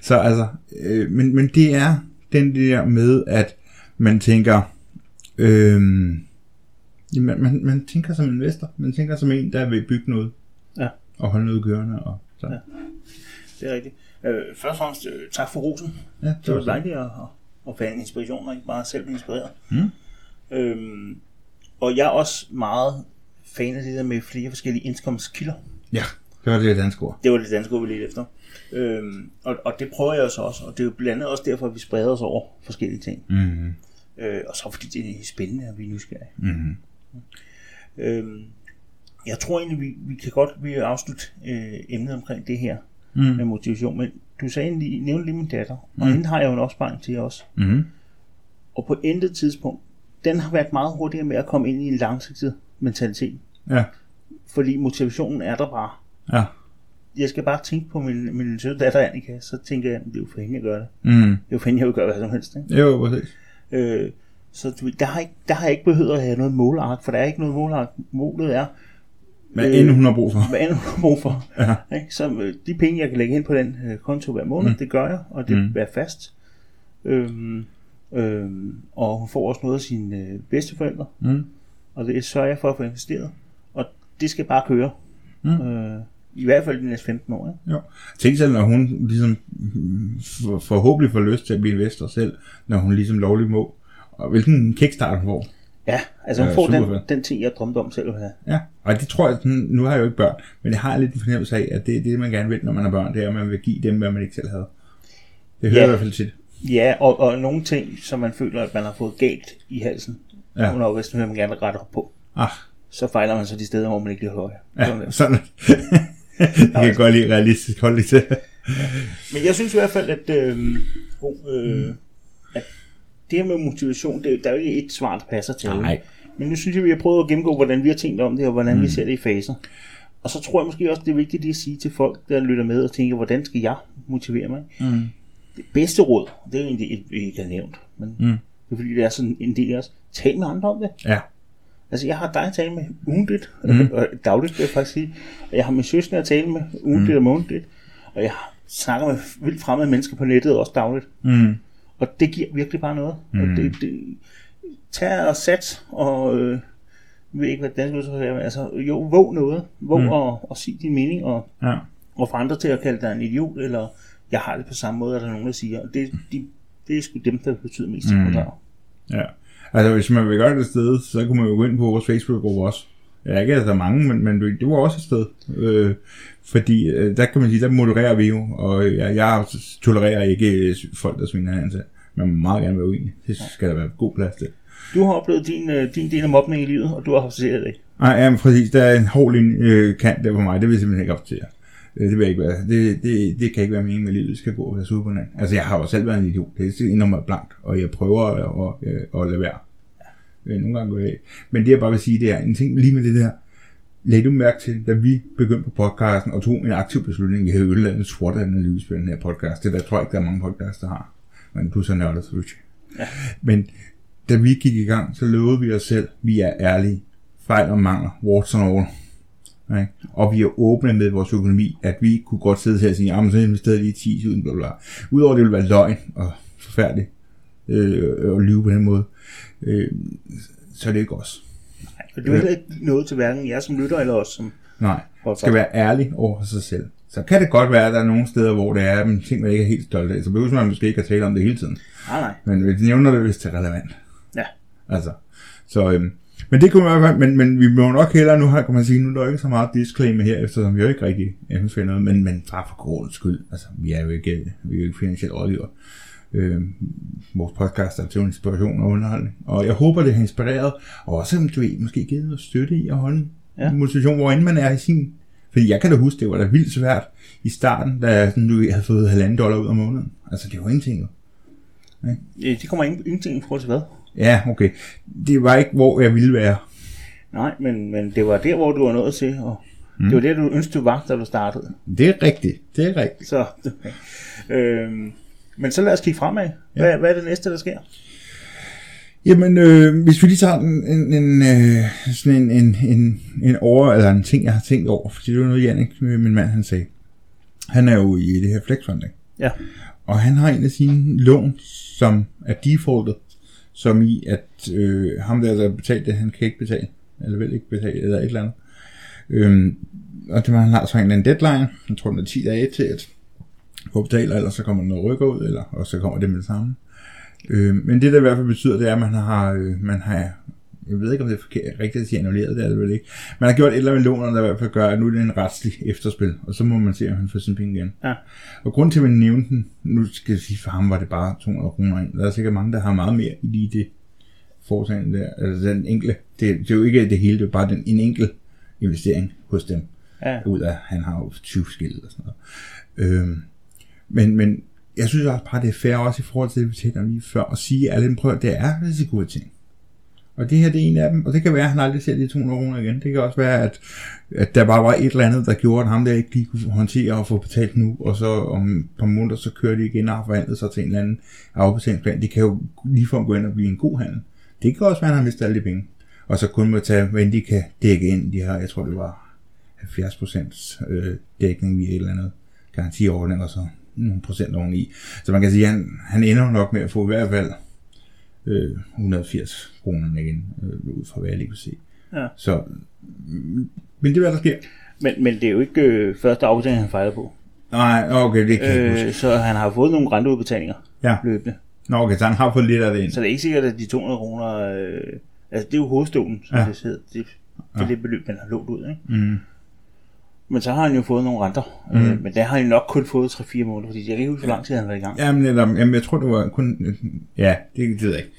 Speaker 2: Så altså, øh, men, men det er den der med, at man tænker, øh, man, man, man tænker som investor, man tænker som en, der vil bygge noget,
Speaker 1: Ja.
Speaker 2: og holde noget kørende, og så. Ja,
Speaker 1: Det er rigtigt. Øh, først og fremmest, øh, tak for rosen.
Speaker 2: ja
Speaker 1: Det var
Speaker 2: så-
Speaker 1: dejligt at, at- at være en inspiration, og ikke bare selv blive inspireret.
Speaker 2: Mm.
Speaker 1: Øhm, Og jeg er også meget fan af det der med flere forskellige indkomstkilder.
Speaker 2: Ja, det var det danske ord.
Speaker 1: Det var det danske ord, vi ledte efter. Øhm, og, og det prøver jeg så også, og det er jo blandt andet også derfor, at vi spreder os over forskellige ting.
Speaker 2: Mm-hmm.
Speaker 1: Øh, og så fordi det er spændende, og vi er nysgerrige.
Speaker 2: Mm-hmm.
Speaker 1: Øhm, jeg tror egentlig, vi, vi kan godt vi afslutte øh, emnet omkring det her
Speaker 2: Mm.
Speaker 1: med motivation, men du sagde lige, nævnte lige min datter, og hende har jeg jo en opsparing til også.
Speaker 2: Mm-hmm.
Speaker 1: Og på intet tidspunkt, den har været meget hurtigere med at komme ind i en langsigtet mentalitet,
Speaker 2: Ja,
Speaker 1: fordi motivationen er der bare.
Speaker 2: ja.
Speaker 1: Jeg skal bare tænke på min, min søde datter Annika, så tænker jeg, det er jo for hende, jeg gør det.
Speaker 2: Mm.
Speaker 1: Det er jo for hende, jeg vil gøre hvad som helst. Ikke?
Speaker 2: Jo, præcis.
Speaker 1: Øh, så du ved, der har, ikke, der har jeg ikke behøvet at have noget målark, for der er ikke noget målark. Målet er,
Speaker 2: Hvad
Speaker 1: Øh,
Speaker 2: øh, end hun har brug for.
Speaker 1: hvad andet har brug for.
Speaker 2: Ja.
Speaker 1: Ikke? Så øh, de penge, jeg kan lægge ind på den øh, konto hver måned, mm. det gør jeg, og det mm. er fast. Øhm, øhm, og hun får også noget af sine øh, bedsteforældre,
Speaker 2: Mm.
Speaker 1: og det sørger jeg for at få investeret. Og det skal bare køre.
Speaker 2: Mm.
Speaker 1: Øh, I hvert fald de næste 15 år. Ikke?
Speaker 2: Jo. Tænk selv, når hun ligesom mm, for, forhåbentlig får lyst til at blive investor selv, når hun ligesom lovlig må. Og hvilken kickstart hun får.
Speaker 1: Ja, altså hun
Speaker 2: Ja,
Speaker 1: får
Speaker 2: super
Speaker 1: den,
Speaker 2: fedt.
Speaker 1: den ting, jeg drømte om selv at have.
Speaker 2: Ja, og det tror jeg, sådan, nu har jeg jo ikke børn, men jeg har lidt en fornemmelse af, at det er det, man gerne vil, når man har børn, det er, at man vil give dem, hvad man ikke selv havde. Det hører
Speaker 1: Ja.
Speaker 2: jeg i hvert fald tit.
Speaker 1: Ja, og, og nogle ting, som man føler, at man har fået galt i halsen
Speaker 2: Ja.
Speaker 1: ja. under opvæksten, vil man gerne rette op på.
Speaker 2: Ah,
Speaker 1: Så fejler man så de steder, hvor man ikke lige hører. Sådan
Speaker 2: ja,
Speaker 1: der.
Speaker 2: sådan. det kan jeg godt lide realistisk holde til.
Speaker 1: Men jeg synes i hvert fald, at, øh, oh, øh, at det her med motivation, det, der er jo ikke et svar, der passer til alle.
Speaker 2: Nej.
Speaker 1: Men nu synes jeg, vi har prøvet at gennemgå, hvordan vi har tænkt om det, og hvordan mm. vi ser det i faser. Og så tror jeg måske også, det er vigtigt lige at sige til folk, der lytter med og tænker, hvordan skal jeg motivere mig?
Speaker 2: Mm.
Speaker 1: Det bedste råd, det er jo egentlig et, vi ikke har nævnt, men mm. det er fordi, det er sådan en del af os. Tal med andre om det.
Speaker 2: Ja,
Speaker 1: Altså, jeg har dig at tale med ugentligt, mm. og dagligt vil jeg faktisk sige. Og jeg har min søster at tale med ugentligt mm. og månedligt. Og jeg snakker med vildt fremmede mennesker på nettet også dagligt.
Speaker 2: mm.
Speaker 1: Og det giver virkelig bare noget. Mm. Og det, det, tag og sats, og øh, jeg ved ikke, hvad dansk udtryk er, men altså, jo, våg noget. Våg mm. og, og sig din mening, og,
Speaker 2: ja.
Speaker 1: og få andre til at kalde dig en idiot, eller jeg har det på samme måde, er der nogen, der siger. Og det, de, det er sgu dem, der betyder mest. Mm.
Speaker 2: Ja. Altså, hvis man vil gøre det et sted, så kunne man jo gå ind på vores Facebook-gruppe også. Ja, ikke er der mange, men, men det var også et sted. Øh, fordi øh, der kan man sige, der modererer vi jo, og øh, jeg, jeg tolererer ikke øh, folk, der sviner hinanden til. Man må meget gerne være uenig. Det skal der være god plads til.
Speaker 1: Du har oplevet din, øh, din del af mobning i livet, og du har håndteret det.
Speaker 2: Nej, ja, men præcis. Der er en hård linje, øh, kant der for mig. Det vil jeg simpelthen ikke acceptere. Øh, Det vil jeg ikke være. Det, det, det kan ikke være meningen med livet, skal gå og være sur på hinanden. Altså, jeg har jo selv været en idiot. Det er enormt blankt, og jeg prøver at, at, at, at lade være. Øh, Nogle gange går jeg af. Men det, jeg bare vil sige, det er en ting lige med det der. Lad du mærke til, da vi begyndte på podcasten og tog en aktiv beslutning, vi havde ødelagt en sort analyse på den her podcast. Det der tror jeg ikke, der er mange podcasts, der har. Men du er så nørdet, så du ja. Men da vi gik i gang, så lovede vi os selv, vi er ærlige. Fejl og mangler, warts and all. Okay? Og vi er åbne med vores økonomi, at vi kunne godt sidde her og sige, jamen så investerede vi lige 10.000, bla bla. Udover det ville være løgn og forfærdeligt øh, at lyve på den måde, øh, så er det ikke os.
Speaker 1: Og det er jo heller ikke noget til hverken jer som lytter eller os som...
Speaker 2: Nej,
Speaker 1: Hvorfor?
Speaker 2: skal være ærlig over for sig selv. Så kan det godt være, at der er nogle steder, hvor det er men ting, man ikke er helt stolt af. Så behøver man måske ikke at tale om det hele tiden.
Speaker 1: Nej, nej.
Speaker 2: Men vi nævner det, hvis det er relevant.
Speaker 1: Ja.
Speaker 2: Altså, så, øhm, men det kunne man godt, men, men vi må nok hellere, nu har, kan man sige, nu er der jo ikke så meget disclaimer her, eftersom vi jo ikke rigtig anbefaler noget, men, men bare for grundens skyld, altså, vi er jo ikke, vi er jo ikke finansielt rådgiver. Øhm, vores podcast er til inspiration og underholdning, og jeg håber, det har inspireret, og også om du ved, måske givet noget støtte i at holde
Speaker 1: Ja.
Speaker 2: ja. motivation, hvor end man er i sin, fordi jeg kan da huske, det var da vildt svært i starten, da sådan, du ved, havde fået halvanden dollar ud om måneden. Altså, det var ingenting jo.
Speaker 1: Øh, Det kommer ingen- ingenting i forhold til hvad?
Speaker 2: Ja, okay. Det var ikke, hvor jeg ville være.
Speaker 1: Nej, men, men det var der, hvor du var nået til, og mm. det var der, du ønskede, du var, da du startede.
Speaker 2: Det er rigtigt. Det er rigtigt.
Speaker 1: Så, øhm, men så lad os kigge fremad. Hvad, hvad er det næste, der sker?
Speaker 2: Jamen, øh, hvis vi lige tager en, en, en, øh, sådan en, en, en, en over, eller en ting, jeg har tænkt over, fordi det var noget, Jannik, øh, min mand, han sagde. Han er jo i det her flexfunding,
Speaker 1: Ja,
Speaker 2: og han har en af sine lån, som er defaultet, som i, at øh, ham der, der betalte det, han kan ikke betale, eller vil ikke betale, eller et eller andet. Øhm, og det var, han har så en eller anden deadline, jeg tror, den er 10 dage til, at få betaler, eller så kommer der noget rykker ud, eller, og så kommer det med det samme. Øh, men det, der i hvert fald betyder, det er, at man har, øh, man har jeg ved ikke, om det er forkert, rigtigt, at de annullerede det, er det vel ikke. Man har gjort et eller andet med lånerne, der i hvert fald gør, at nu er det en retslig efterspil, og så må man se, om han får sine penge igen.
Speaker 1: Ja.
Speaker 2: Og grunden til, at man nævnte den, nu skal jeg sige, for ham var det bare 200 kroner ind. Der er sikkert mange, der har meget mere i lige det foretagende der, altså den enkelte. Det, det, er jo ikke det hele, det er jo bare den, en enkelt investering hos dem
Speaker 1: Ja.
Speaker 2: ud af, han har jo 20 skilte og sådan noget. Øhm, men, men jeg synes også bare, det er fair også i forhold til det, vi talte om lige før, at sige, at alle prøver, det er risiko ting. Og det her, det er en af dem, og det kan være, at han aldrig ser de 200 kroner igen. Det kan også være, at, at der bare var et eller andet, der gjorde, at ham der ikke lige kunne håndtere og få betalt nu, og så om et par måneder, så kører de igen og har forhandlet sig til en eller anden afbetalingsplan. Det kan jo ligefrem gå ind og blive en god handel. Det kan også være, at han har mistet alle de penge. Og så kun må tage, hvad de kan dække ind. De har, jeg tror, det var 70% øh, dækning via et eller andet garantiordning, og så nogle procent oveni. Så man kan sige, at han, han ender jo nok med at få i hvert fald øh, 180 kroner igen, øh, ud fra hvad jeg lige kunne se.
Speaker 1: Ja.
Speaker 2: Så, mm, men det er hvad der sker.
Speaker 1: Men, men det er jo ikke øh, første afbetaling, han fejler på.
Speaker 2: Nej, okay, det kan jeg ikke huske.
Speaker 1: Øh, så han har fået nogle renteudbetalinger
Speaker 2: Ja.
Speaker 1: løbende.
Speaker 2: Nå, okay, så han har fået lidt af det ind.
Speaker 1: Så det er ikke sikkert, at de 200 kroner... Øh, altså, det er jo hovedstolen, som
Speaker 2: Ja.
Speaker 1: ja. det hedder. Det, det er det beløb, man har lånt ud, ikke?
Speaker 2: Mm.
Speaker 1: Men så har han jo fået nogle renter. Mm. Øh, men der har han jo nok kun fået 3-4 måneder, fordi jeg kan ikke huske, hvor lang tid han var i gang.
Speaker 2: Jamen, netop, jamen, jeg tror, det var kun... Ja, det, det ved jeg ikke.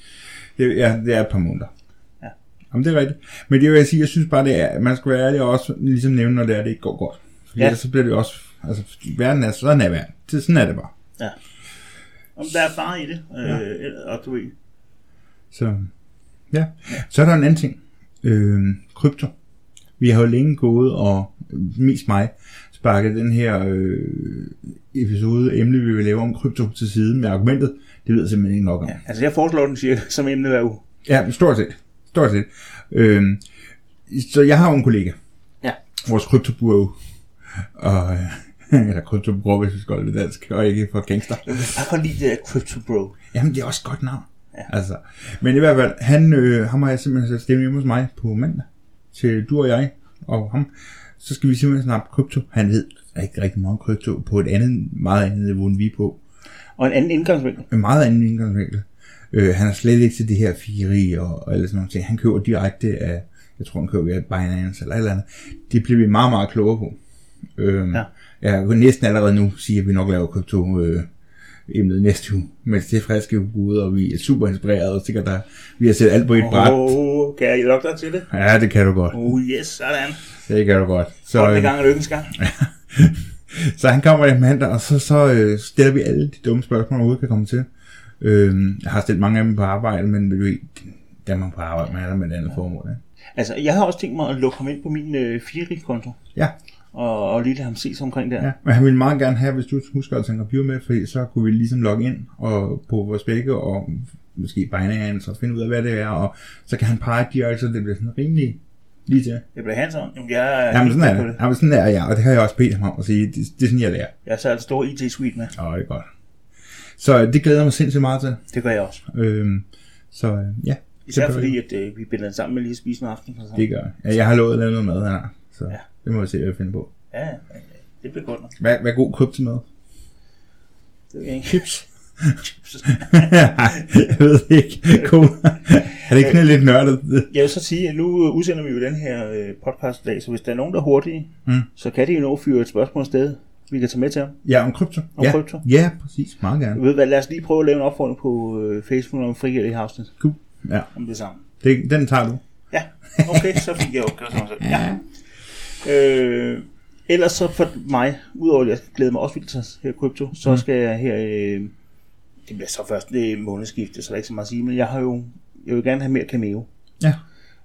Speaker 2: Det, ja, det er et par måneder.
Speaker 1: Ja.
Speaker 2: Jamen, det er rigtigt. Men det vil jeg sige, jeg synes bare, det er, man skal være ærlig og også ligesom nævne, når det er, det ikke går godt. Fordi
Speaker 1: Ja.
Speaker 2: ja. så bliver det også... Altså, verden er sådan er verden. Det, sådan er det bare.
Speaker 1: Om der er far i det, øh, ja. og du ved.
Speaker 2: Så, ja. Så er der en anden ting. Øh, krypto. Vi har jo længe gået og, øh, mest mig, sparket den her øh, episode, emne, vi vil lave om krypto til side med argumentet. Det ved jeg simpelthen ikke nok om.
Speaker 1: Ja. Altså, jeg foreslår den cirka som emne hver uge.
Speaker 2: Ja, stort set. Stort set. Øhm, så jeg har jo en kollega.
Speaker 1: Ja.
Speaker 2: Vores kryptoburo. Og, øh, eller kryptoburo, hvis vi skal holde det dansk, og ikke for gangster.
Speaker 1: Jeg kan lige det der Crypto Bro.
Speaker 2: Jamen, det er også et godt navn. Ja. Altså, men i hvert fald, han, øh, ham har jeg simpelthen sat stemme hjemme hos mig på mandag. Til du og jeg og ham. Så skal vi simpelthen snakke krypto. Han ved ikke rigtig meget om krypto på et andet, meget andet niveau, end vi er på.
Speaker 1: Og en anden indgangsvinkel.
Speaker 2: en meget anden indgangsvinkel. Øh, han er slet ikke til det her fieri og, og alle sådan nogle ting. Han køber direkte af, jeg tror han køber via Binance eller et eller andet. Det bliver vi meget, meget klogere på. Øhm,
Speaker 1: Ja.
Speaker 2: ja. Jeg kan næsten allerede nu sige, at vi nok laver krypto øh, emnet næste uge, mens det er friske ud, og vi er super inspirerede, og sikkert der, vi har set alt på et oh. bræt.
Speaker 1: Oh, kan jeg lokke dig til det?
Speaker 2: Ja, det kan du godt.
Speaker 1: Oh yes, sådan.
Speaker 2: Det kan du godt. Så,
Speaker 1: Godt
Speaker 2: øh,
Speaker 1: gang er lykkens gang.
Speaker 2: så han kommer i mandag, og så, så øh, stiller vi alle de dumme spørgsmål, man overhovedet kan komme til. Øh, jeg har stillet mange af dem på arbejde, men du ved, der er man på arbejde, man er der med et andet formål. Ja.
Speaker 1: Altså, jeg har også tænkt mig at lukke ham ind på min øh, Firi-konto.
Speaker 2: ja,
Speaker 1: Og, og lige lade ham se sig omkring der.
Speaker 2: ja, men han ville meget gerne have, hvis du husker at tage en computer med, fordi så kunne vi ligesom logge ind og på vores begge, og måske Binance og finde ud af, hvad det er, og så kan han pege direkte, så det bliver sådan rimelig lige til.
Speaker 1: Det bliver hans om. Jamen, jeg er
Speaker 2: Jamen
Speaker 1: helt
Speaker 2: sådan
Speaker 1: med
Speaker 2: er
Speaker 1: på
Speaker 2: det. Jamen sådan er jeg, og det har jeg også bedt ham om at sige, det, det er sådan, jeg lærer.
Speaker 1: Jeg så altså stor IT-suite med.
Speaker 2: Åh, det er godt. Så øh, det glæder jeg mig sindssygt meget til.
Speaker 1: Det gør jeg også.
Speaker 2: Øhm, så øh, ja.
Speaker 1: Især
Speaker 2: Det gør
Speaker 1: fordi, at øh, vi binder den sammen med lige at spise noget aften.
Speaker 2: Det gør jeg. Ja, Jeg har lovet at lave noget mad her, så
Speaker 1: Ja.
Speaker 2: ja. det må vi se, hvad jeg finder på.
Speaker 1: Ja, ja, det bliver godt nok.
Speaker 2: Hvad, hvad er god krypto med?
Speaker 1: Det ved jeg ikke.
Speaker 2: Chips. jeg ved det ikke. Cool. er det ikke sådan lidt nørdet?
Speaker 1: Jeg vil så sige, at nu øh, udsender vi jo den her øh, podcast i dag, så hvis der er nogen, der er hurtige,
Speaker 2: Mm.
Speaker 1: så kan de jo nå at fyre et spørgsmål afsted, vi kan tage med til ham.
Speaker 2: Ja, om krypto.
Speaker 1: Om
Speaker 2: ja.
Speaker 1: krypto.
Speaker 2: Ja, præcis. Meget gerne.
Speaker 1: Ved du hvad, lad os lige prøve at lave en opfordring på øh, Facebook om frigivet i afsnit
Speaker 2: Cool. Ja,
Speaker 1: om det samme.
Speaker 2: det, den tager du.
Speaker 1: Ja, okay, så fik jeg opgave som selv. Ja. Øh, ellers så for mig, udover at jeg glæder mig også vildt til her krypto, så skal jeg her, øh, det bliver så først øh, månedsskifte, så der er ikke så meget at sige, men jeg har jo, jeg vil gerne have mere cameo.
Speaker 2: Ja.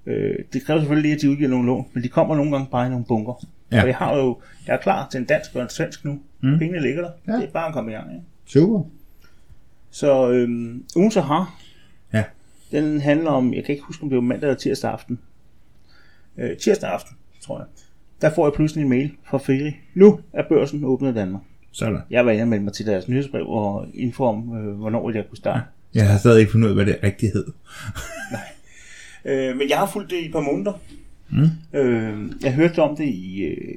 Speaker 1: Øh, det kræver selvfølgelig lige, at de udgiver nogle lån, men de kommer nogle gange bare i nogle bunker.
Speaker 2: Ja.
Speaker 1: Og jeg har jo, jeg er klar til en dansk og en svensk nu. Mm. Pengene ligger der. Ja.
Speaker 2: Ja.
Speaker 1: Det er bare at komme i gang. Ikke?
Speaker 2: Super.
Speaker 1: Så øhm, ugen så har,
Speaker 2: Ja.
Speaker 1: den handler om, jeg kan ikke huske, om det var mandag eller tirsdag aften. Øh, tirsdag aften, tror jeg. Der får jeg pludselig en mail fra Feri. Nu er børsen åbnet i Danmark.
Speaker 2: Sådan.
Speaker 1: Jeg var inde og melde mig til deres nyhedsbrev og inform, øh, hvornår jeg kunne starte.
Speaker 2: Jeg har stadig ikke fundet ud af, hvad det rigtigt hed.
Speaker 1: Øh, men jeg har fulgt det i et par måneder. Mm. Øh, jeg hørte om det i øh,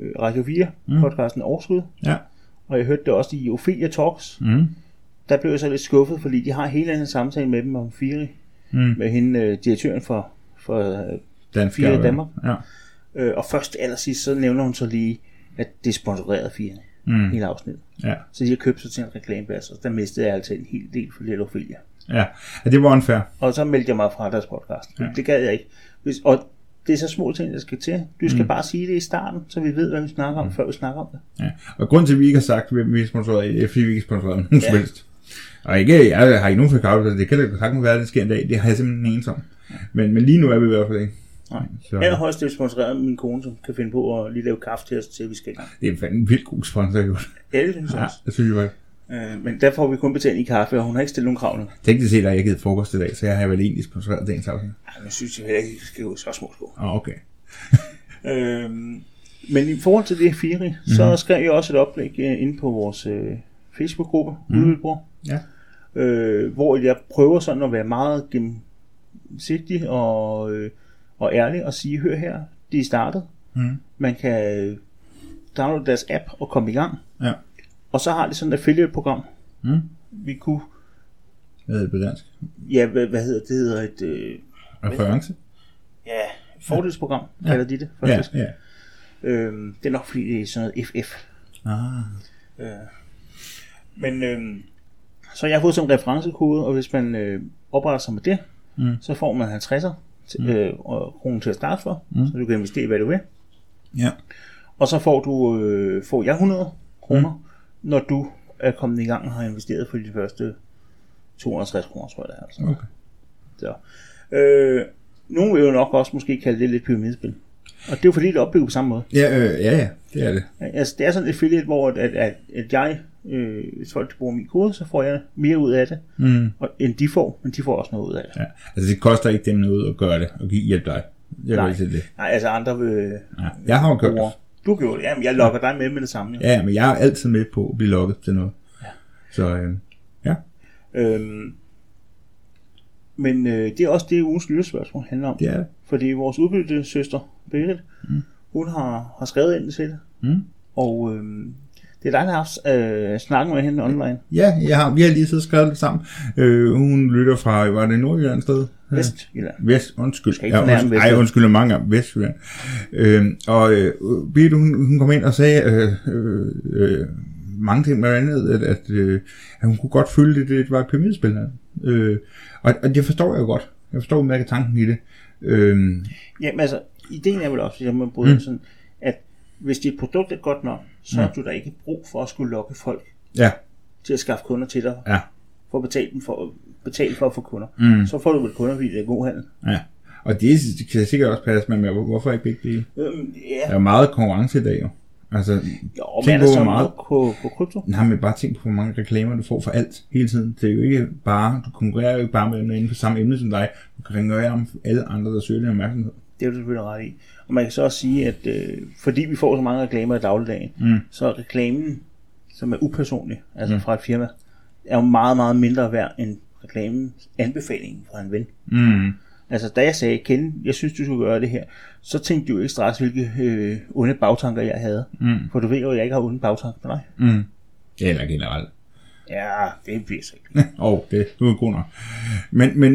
Speaker 1: øh, Radio 4, mm. podcasten Overskud,
Speaker 2: Ja.
Speaker 1: og jeg hørte det også i Ophelia Talks.
Speaker 2: Mm.
Speaker 1: Der blev jeg så lidt skuffet, fordi de har hele anden samtale med dem om Firi, mm. med hende, øh, direktøren for, for øh,
Speaker 2: Dansk
Speaker 1: Fire i
Speaker 2: Gavl.
Speaker 1: Danmark.
Speaker 2: Ja.
Speaker 1: Øh, og først allersidst, så nævner hun så lige, at det er sponsoreret af firerne, mm. hele afsnittet.
Speaker 2: Ja.
Speaker 1: Så de har købt sig til en reklameplads, og der mistede jeg altså en hel del for Lille Ophelia.
Speaker 2: Ja. ja, det var unfair.
Speaker 1: Og så meldte jeg mig fra deres podcast. Ja. Det gad jeg ikke. Hvis, og det er så små ting, der skal til. Du skal mm. bare sige det i starten, så vi ved, hvad vi snakker om, mm. før vi snakker om det.
Speaker 2: Ja. Og grunden til, at vi ikke har sagt, hvem vi er sponsoreret af, det er, fordi vi ikke er sponsoreret af nogen ja. som helst. Og ikke, jeg har ikke nogen forkavelse, det kan da sagtens være, at det sker en dag. Det har jeg simpelthen en som. Men, men lige nu er vi i hvert fald ikke.
Speaker 1: Nej.
Speaker 2: Så
Speaker 1: Allerhøjst er det sponsoreret af min kone, som kan finde på at lige lave kaffe til os, til vi skal i gang.
Speaker 2: det er fandme en vildt god sponsor, jo.
Speaker 1: Ja, det synes jeg
Speaker 2: Ja,
Speaker 1: også.
Speaker 2: det synes jeg var.
Speaker 1: Øh, men der får vi kun betalt i kaffe, og hun har ikke stillet nogen krav nu.
Speaker 2: Teknisk set har jeg givet frokost i dag, så jeg har vel egentlig sponsoreret dagens afsnit.
Speaker 1: Ej, men synes jeg heller ikke, vi skal gå så småt på.
Speaker 2: Åh, oh, okay.
Speaker 1: Øhm, men i forhold til det Firi, mm. så skrev jeg også et oplæg uh, inde på vores uh, Facebook-gruppe, mm.
Speaker 2: Ja.
Speaker 1: øh, hvor jeg prøver sådan at være meget gennemsigtig og, øh, og ærlig og sige, hør her, de er startet.
Speaker 2: Mm.
Speaker 1: Man kan øh, downloade deres app og komme i gang.
Speaker 2: Ja.
Speaker 1: Og så har de sådan et affiliate-program.
Speaker 2: Mm.
Speaker 1: Vi kunne,
Speaker 2: Hvad hedder det på dansk?
Speaker 1: ja, hvad, hvad hedder det, det hedder et, øh,
Speaker 2: Reference?
Speaker 1: ja, fordelsprogram,
Speaker 2: Ja.
Speaker 1: kalder de det
Speaker 2: Ja,
Speaker 1: faktisk.
Speaker 2: ja.
Speaker 1: Øhm, det er nok fordi, det er sådan noget FF,
Speaker 2: Ah.
Speaker 1: Øh. Men øh, så jeg har fået sådan en referencekode, og hvis man øh, opretter sig med det,
Speaker 2: Mm.
Speaker 1: mm. så får man 50'er til, øh, og kroner til at starte for, mm. så du kan investere i, hvad du vil.
Speaker 2: Ja.
Speaker 1: Og så får du øh, får jeg 100 kroner, mm. når du er kommet i gang og har investeret for de første 260 kroner, tror jeg det er. Altså.
Speaker 2: Okay.
Speaker 1: Så. Øh, nogle vil jo nok også måske kalde det lidt pyramidespil. Og det er jo fordi, det er opbygget på samme måde.
Speaker 2: Ja, øh, ja, ja, det er det.
Speaker 1: Altså, det er sådan et affiliate, hvor at, at, at, at jeg, øh, hvis folk bruger min kode, så får jeg mere ud af det,
Speaker 2: Mm.
Speaker 1: og, end de får, men de får også noget ud af det.
Speaker 2: Ja. Altså, det koster ikke dem noget at gøre det, og give hjælp dig. Jeg
Speaker 1: Nej.
Speaker 2: vil til det.
Speaker 1: Nej, altså andre øh,
Speaker 2: Ja. Jeg har jo gjort det.
Speaker 1: bruger. Du gjorde det, jamen jeg lokker dig med med det samme. Ja.
Speaker 2: Ja, men jeg er altid med på at blive lukket til noget. Ja. Så øh, ja.
Speaker 1: Øhm, men øh, det er også det, ugens lytterspørgsmål handler om.
Speaker 2: det er det.
Speaker 1: Fordi vores udbytte søster, Birgit, mm. hun har, har skrevet ind til det.
Speaker 2: Mm.
Speaker 1: Og øh, det er dig, der har haft øh, snakken med hende online.
Speaker 2: Ja, jeg har, vi har lige siddet og skrevet det sammen. Øh, hun lytter fra, var det Nordjylland sted?
Speaker 1: Ja. Vestjylland.
Speaker 2: Vest, undskyld.
Speaker 1: ikke fornærme
Speaker 2: undskyld
Speaker 1: Vestjylland.
Speaker 2: ej, undskyld, mange gange. Vestjylland. Øh, og øh, Birte, hun, hun kom ind og sagde øh, øh, øh, mange ting, blandt andet, at, at, øh, at hun kunne godt føle, det, det var et pyramidespil. Øh, og, og det forstår jeg jo godt. Jeg forstår udmærket tanken i det. Øh,
Speaker 1: Jamen altså, ideen er vel også, at man bryder mm. sådan, at hvis dit produkt er godt nok, så har du da ikke brug for at skulle lokke folk
Speaker 2: ja,
Speaker 1: til at skaffe kunder til dig,
Speaker 2: ja,
Speaker 1: for at betale, dem for, betale for at få kunder. Mm. Så får du vel kunder, fordi det er god handel.
Speaker 2: ja. Og det, det kan sikkert også passe, men hvorfor ikke begge dele?
Speaker 1: Øhm,
Speaker 2: Der
Speaker 1: ja,
Speaker 2: er jo meget konkurrence i dag, jo. Altså,
Speaker 1: jo,
Speaker 2: tænk
Speaker 1: men er der
Speaker 2: på, hvor
Speaker 1: så
Speaker 2: meget-
Speaker 1: meget på, på krypto?
Speaker 2: nej, men bare tænk på, hvor mange reklamer du får for alt hele tiden. Det er jo ikke bare, du konkurrerer jo ikke bare med dem der er inde på samme emne som dig. Du konkurrerer om alle andre, der søger din opmærksomhed.
Speaker 1: Det er du selvfølgelig ret i. Og man kan så også sige, at øh, fordi vi får så mange reklamer i dagligdagen, mm. så er reklamen, som er upersonlig, altså mm. fra et firma, er jo meget, meget mindre værd end reklamen, anbefalingen fra en ven.
Speaker 2: Mm.
Speaker 1: Altså, da jeg sagde, Ken, jeg synes, du skulle gøre det her, så tænkte du ikke straks, hvilke øh, onde bagtanker jeg havde. Mm. For du ved jo, at jeg ikke har onde bagtanker på dig.
Speaker 2: Mm. Ja, eller generelt.
Speaker 1: Ja, det bliver så ikke.
Speaker 2: Åh, oh, det du er god nok. Men, men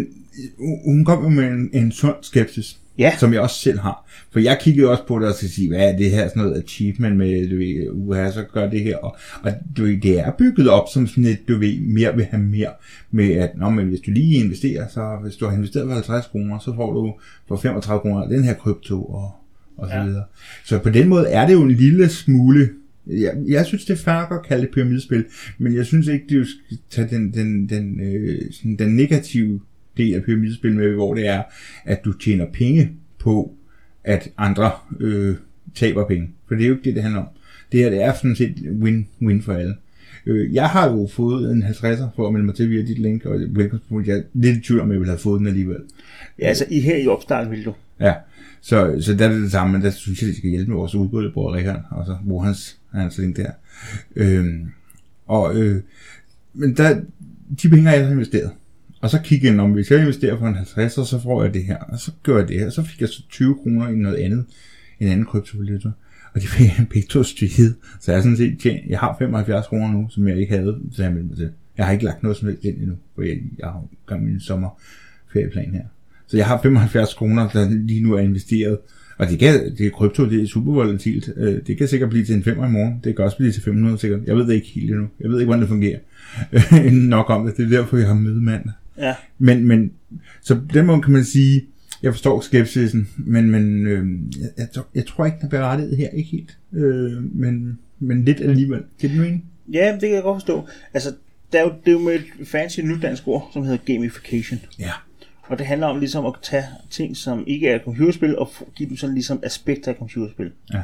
Speaker 2: øh, hun kom jo med en, en sund skepsis.
Speaker 1: Ja.
Speaker 2: Som jeg også selv har. For jeg kiggede også på det og skal sige, hvad er det her sådan noget achievement med, du ved, uha, så gør det her. Og, og du ved, det er bygget op som sådan et, du ved, mere vil have mere. Med at, nå, men hvis du lige investerer, så hvis du har investeret for 50 kroner, så får du for 35 kroner den her krypto og, og så
Speaker 1: Ja.
Speaker 2: videre. Så på den måde er det jo en lille smule jeg, jeg synes, det er fair nok at kalde det pyramidespil, men jeg synes ikke, det skal tage den, den, den, øh, sådan den negative del af pyramidespil med, hvor det er, at du tjener penge på, at andre øh, taber penge. For det er jo ikke det, det handler om. Det her, det er sådan set win-win for alle. Øh, jeg har jo fået en 50'er for at melde mig til via dit link, og velkomstpunkt, jeg er lidt i tvivl om, jeg ville have fået den alligevel.
Speaker 1: Ja, altså, I her i opstarten ville du.
Speaker 2: Ja, så, så der er det det samme, men der synes jeg, det skal hjælpe med vores udgåelsebror Richard, og så bruger hans, hans link der. Øhm, og, øh, men der, de penge har jeg så investeret. Og så kiggede jeg, om hvis jeg investerer for en 50, så får jeg det her, og så gør jeg det her, så fik jeg så 20 kroner i noget andet, en anden kryptovaluta. Og de fik jeg begge to styret, så jeg har sådan set tjent, jeg har 75 kroner nu, som jeg ikke havde, så jeg meldte mig til. Jeg har ikke lagt noget som helst ind endnu, for jeg, jeg har jo gang i min sommerferie ferieplan her. Så jeg har 75 kroner, der lige nu er investeret. Og det, kan, det er krypto, det er super volatilt. Øh, Det kan sikkert blive til en 5 i morgen. Det kan også blive til 500 sikkert. Jeg ved det ikke helt endnu. Jeg ved ikke, hvordan det fungerer. Øh, Nok om det. Det er derfor, jeg har møde mandag.
Speaker 1: Ja.
Speaker 2: Men, men, så på den måde kan man sige, jeg forstår skepsisen, men, men øh, jeg, jeg, tror- jeg, tror ikke, den er berettiget her. Ikke helt. Øh, men, men lidt alligevel. Kan du mene?
Speaker 1: ja, det kan jeg godt forstå. Altså, der er jo, det er jo med et fancy nyt dansk ord, som hedder gamification.
Speaker 2: Ja.
Speaker 1: Og det handler om ligesom at tage ting, som ikke er computerspil, og få- give dem sådan ligesom aspekter af computerspil.
Speaker 2: Ja.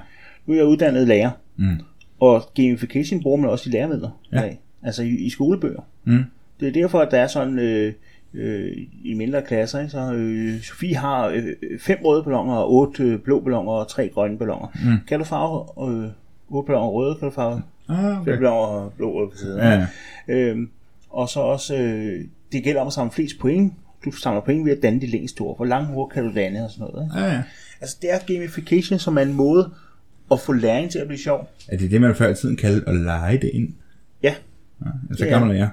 Speaker 1: Nu er jeg uddannet lærer,
Speaker 2: Mm.
Speaker 1: og gamification bruger man også i læremidler.
Speaker 2: Ja.
Speaker 1: i dag. Altså i, i skolebøger.
Speaker 2: Mm.
Speaker 1: Det er derfor, at der er sådan øh, øh, i mindre klasser, ikke? så øh, Sofie har øh, fem røde balloner, og otte øh, blå balloner og tre grønne balloner. Mm. Kan du farve øh, otte balloner røde, kan du farve
Speaker 2: Ah,
Speaker 1: fem
Speaker 2: okay.
Speaker 1: balloner blå på siden.
Speaker 2: Ja.
Speaker 1: Øhm, og så også, øh, det gælder om at samle flest point. Du samler point ved at danne de længste ord. Hvor lange ord kan du danne og sådan noget. Ikke?
Speaker 2: Ja, ja.
Speaker 1: Altså det er gamification, som er en måde at få læring til at blive sjov.
Speaker 2: Er det det, man før i tiden kaldte at lege det ind?
Speaker 1: Ja,
Speaker 2: Ja, så
Speaker 1: Ja.
Speaker 2: gammel er jeg.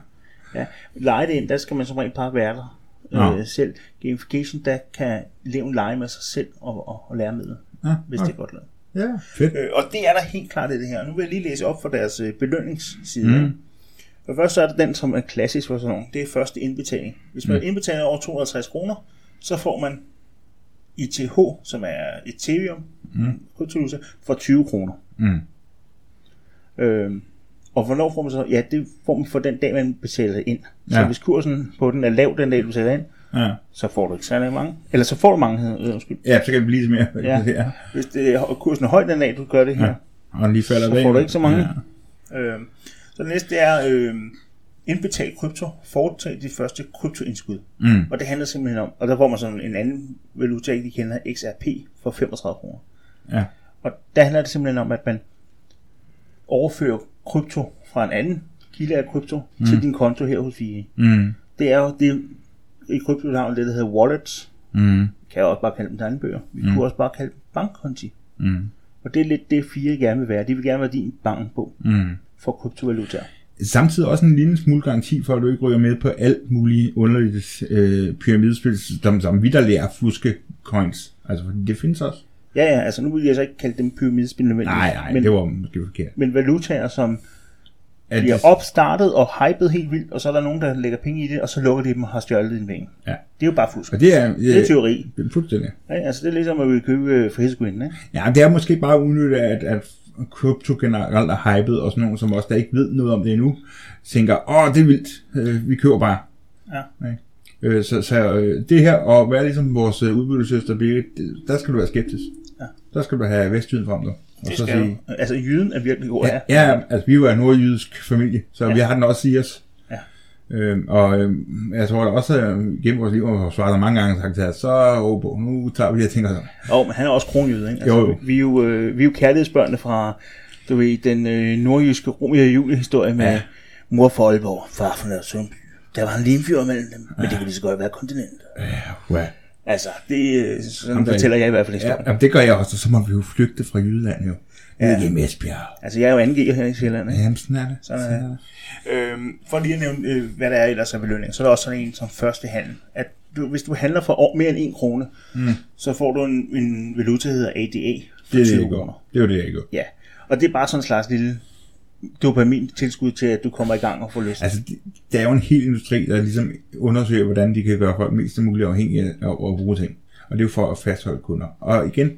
Speaker 1: ja. lege det ind, der skal man som regel bare være der
Speaker 2: Nå.
Speaker 1: øh, selv. Gamification, der kan eleven lege med sig selv og, og, og lære med det,
Speaker 2: Ja,
Speaker 1: hvis det er godt lavet.
Speaker 2: ja. Fedt.
Speaker 1: Øh, og det er der helt klart i det her. Nu vil jeg lige læse op for deres øh, belønningsside. Mm. For først så er det den, som er klassisk for sådan nogle. Det er første indbetaling. Hvis man mm. indbetaler over 250 kroner, så får man ITH, som er Ethereum, mm. for 20 kroner.
Speaker 2: Mm.
Speaker 1: Øh, og hvornår får man så? Ja, det får man for den dag, man betaler ind. Så
Speaker 2: Ja.
Speaker 1: hvis kursen på den er lav den dag, du betaler ind,
Speaker 2: Ja.
Speaker 1: så får du ikke særlig mange. Eller så får du mange, hedder- øh, undskyld.
Speaker 2: ja, så kan vi blive lidt mere.
Speaker 1: Ja.
Speaker 2: ja.
Speaker 1: Hvis det, og kursen er høj den dag, du gør det her, ja.
Speaker 2: Og lige falder
Speaker 1: Så
Speaker 2: det
Speaker 1: får
Speaker 2: ind.
Speaker 1: du ikke så mange.
Speaker 2: Ja.
Speaker 1: Øh, så det næste er øh, indbetal krypto, foretag de første kryptoindskud.
Speaker 2: Mm.
Speaker 1: Og det handler simpelthen om, og der får man sådan en anden valuta, jeg ikke lige kender, XRP, for 35 kroner.
Speaker 2: Ja.
Speaker 1: Og der handler det simpelthen om, at man overfører krypto fra en anden kilde af krypto mm. til din konto her hos FIE.
Speaker 2: Mm.
Speaker 1: Det er jo det, i krypto der har man det, der hedder wallets.
Speaker 2: Mm.
Speaker 1: Kan jeg også bare kalde dem tegnebøger. Vi mm. kunne også bare kalde dem bankkonti.
Speaker 2: Mm.
Speaker 1: Og det er lidt det, FIE gerne vil være. De vil gerne være din bankbog
Speaker 2: Mm.
Speaker 1: for kryptovalutaer.
Speaker 2: Samtidig også en lille smule garanti for, at du ikke ryger med på alt muligt underligt øh, pyramidespil, som, som vi der lærer at fuske coins. Altså, fordi det findes også.
Speaker 1: Ja, ja, altså nu vil jeg så ikke kalde dem pyramidespil nødvendigvis.
Speaker 2: Nej, nej,
Speaker 1: men,
Speaker 2: det var måske forkert.
Speaker 1: men valutaer, som
Speaker 2: At,
Speaker 1: bliver opstartet og hypet helt vildt, og så er der nogen, der lægger penge i det, og så lukker de dem og har stjålet dine penge.
Speaker 2: Ja.
Speaker 1: Det er jo bare fusk.
Speaker 2: og det er, øh,
Speaker 1: Det er teori.
Speaker 2: det er fuldstændig.
Speaker 1: Ja, altså det er ligesom at vi købe frihedsgudinden, ikke?
Speaker 2: Ja, det er måske bare udnyttet, at, at krypto generelt er hypet, og sådan nogen som os, der ikke ved noget om det endnu, tænker, åh, det er vildt, øh, vi køber bare.
Speaker 1: Ja.
Speaker 2: Ikke? Øh, så så øh, det her, og være ligesom vores øh, udbyttesøster Birgit, det- der skal du være skeptisk.
Speaker 1: Ja.
Speaker 2: Der skal du have vestjyden frem dig. Og
Speaker 1: Det skal jo. Altså jyden er virkelig god
Speaker 2: ja,
Speaker 1: her.
Speaker 2: ja, altså vi er jo en nordjysk familie, så ja. vi har den også i os.
Speaker 1: Ja.
Speaker 2: Øhm, og øhm, jeg tror da også, at gennem vores liv, og vores far der mange gange har sagt til os, så Åbo, nu tager vi det, jeg tænker sådan.
Speaker 1: Og men han er også kronjyde, ikke? Altså,
Speaker 2: Jo, jo.
Speaker 1: Vi er jo, øh, vi er jo kærlighedsbørnene fra, du ved, den øh, nordjyske Romeo og Julie historie med
Speaker 2: Ja.
Speaker 1: ja. mor fra Aalborg, far fra Nørresundby. Der var en limfjord mellem dem, men det kan lige så godt være kontinentet.
Speaker 2: Ja,
Speaker 1: Altså, det øh, sådan
Speaker 2: Jamen,
Speaker 1: fortæller jeg i hvert fald
Speaker 2: Ja,
Speaker 1: historien. Ja.
Speaker 2: jamen, det gør jeg også, og så må vi jo flygte fra Jylland jo. Ja. Ikke med Esbjerg.
Speaker 1: Altså, jeg er jo angiver her i Sjælland, ikke?
Speaker 2: Jamen, sådan er det.
Speaker 1: Sådan er
Speaker 2: Sådan er det.
Speaker 1: Øhm, for lige at nævne, øh, hvad der er ellers af belønning, så er der også sådan en som første handel. At du, hvis du handler for over- mere end en krone, mm. så får du en, en valuta, der hedder ADA. for
Speaker 2: Det er det,
Speaker 1: 20
Speaker 2: jeg gør.
Speaker 1: kroner.
Speaker 2: Det er jo det, jeg gør.
Speaker 1: Ja, og det er bare sådan en slags lille dopamin-tilskud til, at du kommer i gang og får lyst.
Speaker 2: Altså, det, der er jo en hel industri, der ligesom undersøger, hvordan de kan gøre folk mest muligt afhængige af at at bruge ting. Og det er jo for at fastholde kunder. Og igen,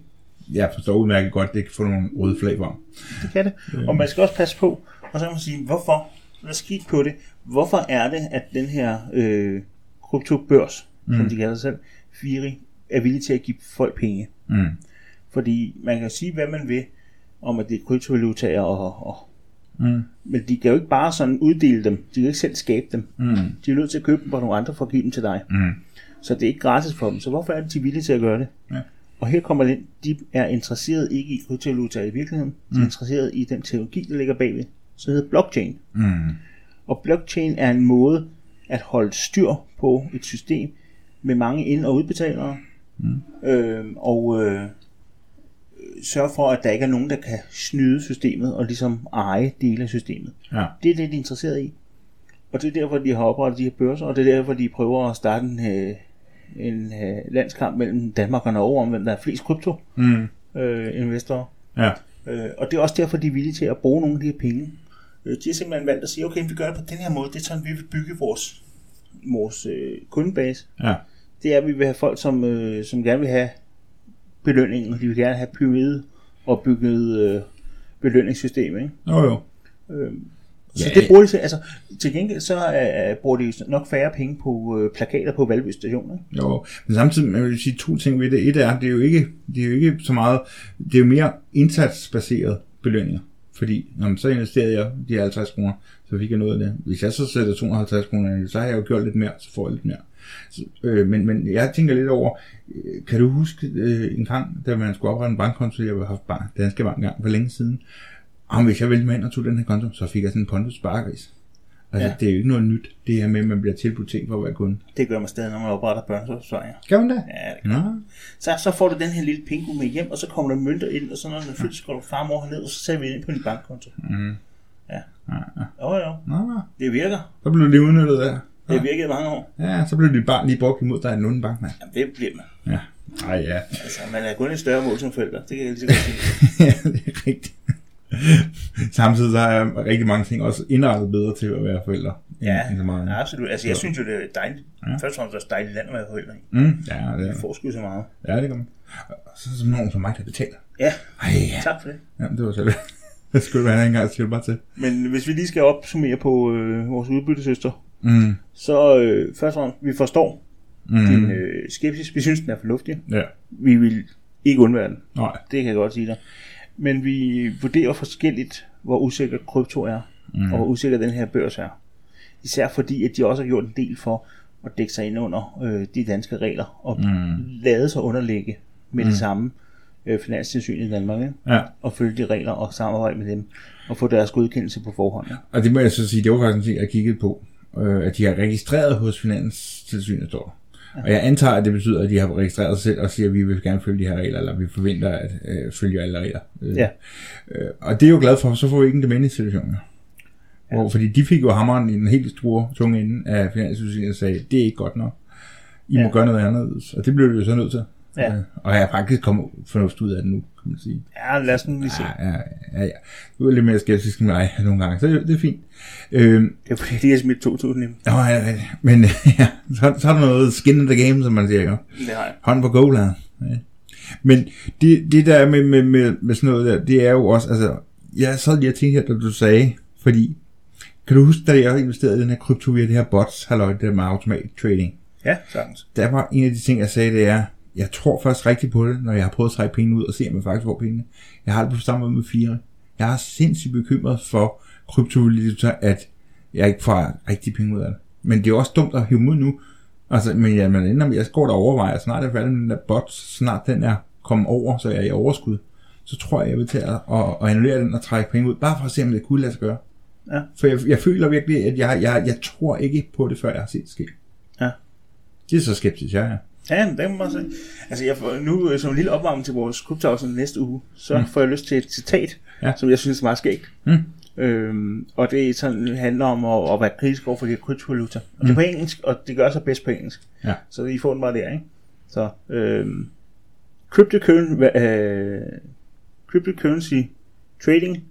Speaker 2: jeg forstår udmærket godt, at det kan få nogle røde flag for.
Speaker 1: Det kan det. Og man skal også passe på, og så kan man sige, hvorfor? Lad os kigge på det. Hvorfor er det, at den her øh, kryptobørs, mm. som de kalder sig selv, Firi, er villig til at give folk penge?
Speaker 2: Mm.
Speaker 1: Fordi man kan sige, hvad man vil, om at det er kryptovalutaer og... og
Speaker 2: Mm.
Speaker 1: men de kan jo ikke bare sådan uddele dem. De kan ikke selv skabe dem.
Speaker 2: Mm.
Speaker 1: De er nødt til at købe dem fra nogle andre for at give dem til dig.
Speaker 2: Mm.
Speaker 1: Så det er ikke gratis for dem. Så hvorfor er det, de er villige til at gøre det?
Speaker 2: Ja.
Speaker 1: Og her kommer det ind. De er interesseret ikke i kryptovaluta i virkeligheden. De er interesseret i den teknologi, der ligger bagved, som hedder blockchain.
Speaker 2: Mm.
Speaker 1: Og blockchain er en måde at holde styr på et system med mange ind- og udbetalere. Mm. Øh, og øh, øh, sørge for, at der ikke er nogen, der kan snyde systemet og ligesom eje dele af systemet.
Speaker 2: Ja.
Speaker 1: Det er det, de er interesseret i. Og det er derfor, de har oprettet de her børser, og det er derfor, de prøver at starte en, øh, en øh, landskamp mellem Danmark og Norge om, hvem der er flest krypto-investorer.
Speaker 2: Mm.
Speaker 1: Øh, investorer.
Speaker 2: Ja.
Speaker 1: Øh, og det er også derfor, de er villige til at bruge nogle af de her penge. Øh, de har simpelthen valgt at sige, okay, vi gør det på den her måde, det er sådan, vi vil bygge vores, vores øh, kundebase.
Speaker 2: Ja.
Speaker 1: Det er, at vi vil have folk, som, øh, som gerne vil have belønningen, og de vil gerne have pyramide og bygget øh, belønningssystem. Ikke?
Speaker 2: Jo, jo.
Speaker 1: Så
Speaker 2: Ja.
Speaker 1: det bruger de til, altså, til gengæld så øh, bruger de jo nok færre penge på øh, plakater på Valby Station. Ikke?
Speaker 2: Jo, men samtidig jeg vil sige to ting ved det. Et er, det er jo ikke, det er jo ikke så meget, det er jo mere indsatsbaseret belønninger. Fordi når man så investerede jeg de 50 kroner, så fik jeg noget af det. Hvis jeg så sætter 250 kroner, ind, så har jeg jo gjort lidt mere, så får jeg lidt mere. Så, øh, men, men jeg tænker lidt over, øh, kan du huske øh, en gang, da man skulle oprette en bankkonto, jeg havde haft bank, Danske Bank engang for længe siden, om hvis jeg vælte mig ind og tog den her konto, så fik jeg sådan en konto sparegris. Altså,
Speaker 1: Ja.
Speaker 2: ja. det er jo ikke noget nyt, det her med, at man bliver tilbudt ting for at være kunde.
Speaker 1: Det gør man stadig, når man opretter børnesagsforsøjninger.
Speaker 2: Kan man det?
Speaker 1: Ja, det
Speaker 2: Nå,
Speaker 1: Så, så får du den her lille pingo med hjem, og så kommer der mønter ind, og så når den er fyldt, så går du far og mor herned, og så sætter vi den ind på din bankkonto.
Speaker 2: Mhm.
Speaker 1: Mm-hmm. Ja.
Speaker 2: Ja, ja.
Speaker 1: Jo, jo.
Speaker 2: Nå, nå.
Speaker 1: Det virker.
Speaker 2: Så blev det udnyttet der.
Speaker 1: Det har virket i mange år.
Speaker 2: Ja, så blev det bare lige brugt imod dig af en anden bankmand.
Speaker 1: Jamen, det bliver man.
Speaker 2: Ja. Ej, ja.
Speaker 1: Altså, man er kun et større mål som forældre. Det kan jeg lige så godt sige.
Speaker 2: ja, det er rigtigt. Samtidig så er rigtig mange ting også indrettet bedre til at være forældre. end-
Speaker 1: Ja,
Speaker 2: end så meget.
Speaker 1: ja,
Speaker 2: andet.
Speaker 1: absolut. Altså, jeg synes jo, det er dejligt.
Speaker 2: Ja.
Speaker 1: Først og fremmest er det et dejligt land at være forældre i.
Speaker 2: Mm, ja,
Speaker 1: Vi
Speaker 2: det er,
Speaker 1: får sgu så meget.
Speaker 2: ja, det kan man. Og så er der sådan nogen som mig, der betaler.
Speaker 1: Ja,
Speaker 2: Ej, ja.
Speaker 1: tak for det.
Speaker 2: ja det var så det. Det skulle du have en gang, siger du bare til.
Speaker 1: Men hvis vi lige skal opsummere på øh, vores udbyttesøster,
Speaker 2: Mm,
Speaker 1: så øh, først og fremmest, vi forstår
Speaker 2: mm,
Speaker 1: din øh, skepsis. Vi synes, den er fornuftig.
Speaker 2: Ja.
Speaker 1: Vi vil ikke undvære den.
Speaker 2: Nej.
Speaker 1: Det kan jeg godt sige dig. Men vi vurderer forskelligt, hvor usikker krypto er, mm. og hvor usikker den her børs er. Især fordi, at de også har gjort en del for at dække sig ind under øh, de danske regler, og mm. lade sig underlægge med mm. det samme øh, finanstilsyn i Danmark, ikke?
Speaker 2: Ja.
Speaker 1: og følge de regler og samarbejde med dem, og få deres godkendelse på forhånd.
Speaker 2: Og det må jeg så sige, det var faktisk en ting, jeg kiggede på, øh, at de har registreret hos Finanstilsynet står. Og jeg antager, at det betyder, at de har registreret sig selv og siger, at vi vil gerne følge de her regler, eller vi forventer at øh, følge alle regler. Øh,
Speaker 1: Ja.
Speaker 2: Øh, og det er jeg jo glad for, for så får vi ikke en domæneinstitution. Ja. Hvor, fordi de fik jo hammeren i den helt store tunge ende af Finanstilsynet og sagde, det er ikke godt nok. I ja.
Speaker 1: Ja.
Speaker 2: må gøre noget anderledes. Og det blev vi jo så nødt til.
Speaker 1: Ja.
Speaker 2: Øh, og jeg er faktisk kommet fornuft ud af det nu, kan man sige.
Speaker 1: Ja, lad os nu lige se.
Speaker 2: Ja, ja, ja, ja. Du er lidt mere skeptisk end mig nogle gange, så det, det er fint. Øhm,
Speaker 1: Det er fordi, de har smidt 2.000 i dem.
Speaker 2: Nå, ja, ja, men ja, så, så er der noget skin in the game, som man siger, ikke?
Speaker 1: Det har jeg.
Speaker 2: Hånd på goal ja. Men det, det der er med, med, med, med sådan noget der, det er jo også, altså, jeg sad lige og tænkte her, da du sagde, fordi, kan du huske, da jeg investerede i den her krypto via det her bots, halløj, det der med automat trading,
Speaker 1: Ja, sagtens.
Speaker 2: der var en af de ting, jeg sagde, det er, jeg tror først rigtigt på det, når jeg har prøvet at trække pengene ud og se, om jeg faktisk får pengene. Jeg har det på samme måde med fire. Jeg er sindssygt bekymret for kryptovaluta, at jeg ikke får rigtig penge ud af det. Men det er jo også dumt at hive dem ud nu. Altså, men ja, man ender med, jeg går der og overvejer, snart er jeg færdig med den der bot, snart den er kommet over, så jeg er i overskud, så tror jeg, jeg vil til at, at, at annullere den og trække penge ud, bare for at se, om det kunne lade sig gøre.
Speaker 1: Ja.
Speaker 2: For jeg, jeg føler virkelig, at jeg, jeg, jeg tror ikke på det, før jeg har set det ske.
Speaker 1: Ja.
Speaker 2: Det er så skeptisk, jeg er.
Speaker 1: Ja, det må man sige. Altså, jeg får, nu øh, som en lille opvarmning til vores klubtavsen næste uge, så mm. får jeg lyst til et citat, ja.
Speaker 2: Ja.
Speaker 1: som jeg synes er meget skægt.
Speaker 2: Mm.
Speaker 1: Øhm, og det er sådan, det handler om at, at være kritisk over for de her kryptovaluta. Og det er på engelsk, og det gør sig bedst på engelsk.
Speaker 2: Mm. Ja.
Speaker 1: Så I får den bare der, ikke? Så, øhm, cryptocurrency, øh, cryptocurrency trading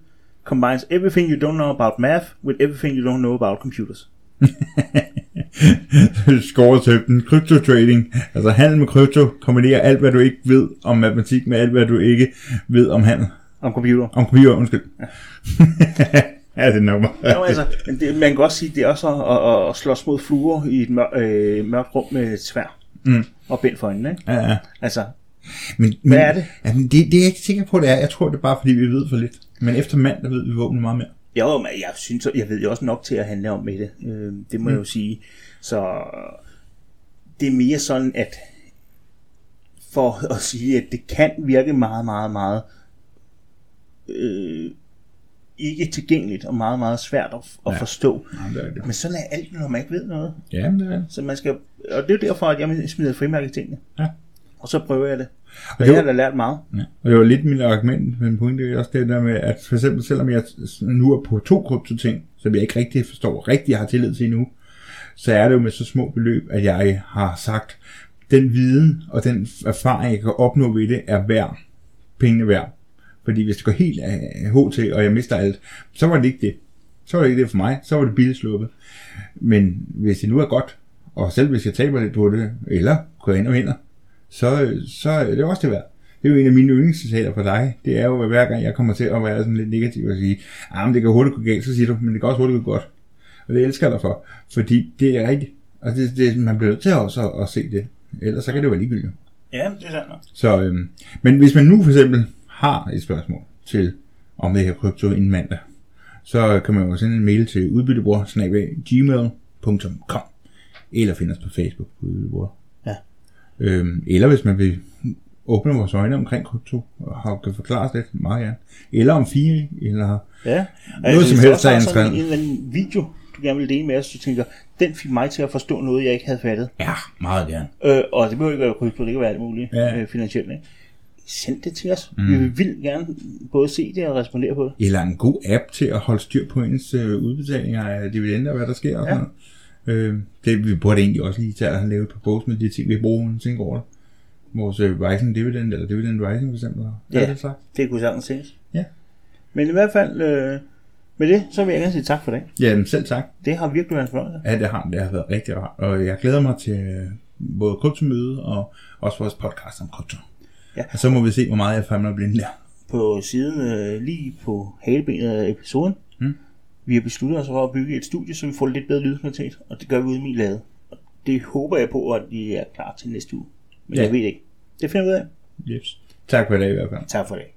Speaker 1: combines everything you don't know about math with everything you don't know about computers.
Speaker 2: Skåret tøbten, krypto trading, altså handel med krypto, kombinerer alt, hvad du ikke ved om matematik, med alt, hvad du ikke ved om handel.
Speaker 1: Om computer.
Speaker 2: Om computer, undskyld. ja, det er nummer.
Speaker 1: Jo, altså, men det, man kan også sige, det er også at, at, at slås mod fluer i et mør, øh, mørkt rum med et svær.
Speaker 2: Mm.
Speaker 1: Og bind for øjnene, ikke?
Speaker 2: Ja, ja.
Speaker 1: Altså,
Speaker 2: Men, men,
Speaker 1: Hvad er det?
Speaker 2: Ja, men det, det er jeg ikke sikker på, det er. Jeg tror, det er bare, fordi vi ved for lidt. Men efter mandag ved vi våbnet meget mere.
Speaker 1: jo, men jeg synes, jeg ved jo også nok til at handle om med det. Øh, det må jeg jo sige. Så det er mere sådan, at for at sige, at det kan virke meget, meget, meget øh, ikke tilgængeligt og meget, meget svært at, at ja.
Speaker 2: Ja.
Speaker 1: forstå.
Speaker 2: Jamen, det er det.
Speaker 1: Men sådan er alt, når man ikke ved noget.
Speaker 2: Ja, men det er det.
Speaker 1: Så man skal, og det er jo derfor, at jeg smider frimærke i tingene.
Speaker 2: Ja.
Speaker 1: Og så prøver jeg det. Og
Speaker 2: det
Speaker 1: jeg
Speaker 2: var-
Speaker 1: har da lært meget.
Speaker 2: Ja. Og det var lidt mit argument, men pointen er jo også det der med, at for eksempel selvom jeg nu er på to kryptoting, som jeg ikke rigtig forstår, rigtig har tillid til endnu, så er det jo med så små beløb, at jeg har sagt, den viden og den erfaring, jeg kan opnå ved det, er værd. Pengene værd. Fordi hvis det går helt af HT, og jeg mister alt, så var det ikke det. Så var det ikke det for mig. Så var det billigt sluppet. Men hvis det nu er godt, og selv hvis jeg taber lidt på det, eller går ind og vinder, så, så er det også det værd. Det er jo en af mine yndlingscitater for dig. Det er jo, at hver gang jeg kommer til at være sådan lidt negativ og sige, ah, men det kan hurtigt gå galt, så siger du, men det kan også hurtigt gå godt. Og det elsker jeg dig for, fordi det er rigtigt. Og det, det, man bliver nødt til også at, at se det. Ellers så kan det jo være ligegyldigt.
Speaker 1: Ja, det er sandt. nok.
Speaker 2: Så, øhm, men hvis man nu for eksempel har et spørgsmål til, om det her krypto inden mandag, så kan man jo sende en mail til udbyttebror.gmail.com eller finde os på Facebook på Udbyttebror.
Speaker 1: Ja.
Speaker 2: Øhm, eller hvis man vil åbne vores øjne omkring krypto og har- kan forklare os lidt, meget gerne. Eller om fire, eller...
Speaker 1: Ja. Og
Speaker 2: Noget
Speaker 1: hvis
Speaker 2: som
Speaker 1: du
Speaker 2: helst
Speaker 1: også
Speaker 2: er
Speaker 1: har
Speaker 2: en
Speaker 1: sådan
Speaker 2: trend.
Speaker 1: en eller anden video, du gerne vil dele med os, så tænker, den fik mig til at forstå noget, jeg ikke havde fattet.
Speaker 2: Ja, meget gerne.
Speaker 1: Øh, og det behøver ikke være krypto, det kan være alt muligt
Speaker 2: Ja.
Speaker 1: ja. øh, finansielt. Ikke? Send det til os. Mm. Vi vil vildt gerne både se det og respondere på det.
Speaker 2: Eller en god app til at holde styr på ens øh, udbetalinger af dividender, og hvad der sker og sådan ja. noget. Øh, det, vi burde egentlig også lige tage og lave et par post med de ting, vi bruger, når tænker over det. Vores øh, Rising Dividend, eller Dividend Rising for eksempel. Ja.
Speaker 1: Ja.
Speaker 2: Det slags.
Speaker 1: Det kunne sagtens ses.
Speaker 2: Ja.
Speaker 1: Men i hvert fald, øh, med det, så vil jeg gerne sige tak for dag.
Speaker 2: Jamen selv tak.
Speaker 1: Det har virkelig været en fornøjelse.
Speaker 2: Ja, det har den. Det har været rigtig rart. Og jeg glæder mig til øh, både kryptomøde og også vores podcast om krypto.
Speaker 1: Ja.
Speaker 2: Og så må vi se, hvor meget jeg famler blind der.
Speaker 1: På siden øh, lige på halebenet af episoden,
Speaker 2: Mm.
Speaker 1: vi har besluttet os for at bygge et studie, så vi får lidt bedre lydkvalitet, og det gør vi ude i min lade. Og det håber jeg på, at vi er klar til næste uge. Men
Speaker 2: Ja.
Speaker 1: ja. jeg ved det ikke. Det finder vi ud af.
Speaker 2: Yes. Tak for i dag i hvert fald.
Speaker 1: Tak for det.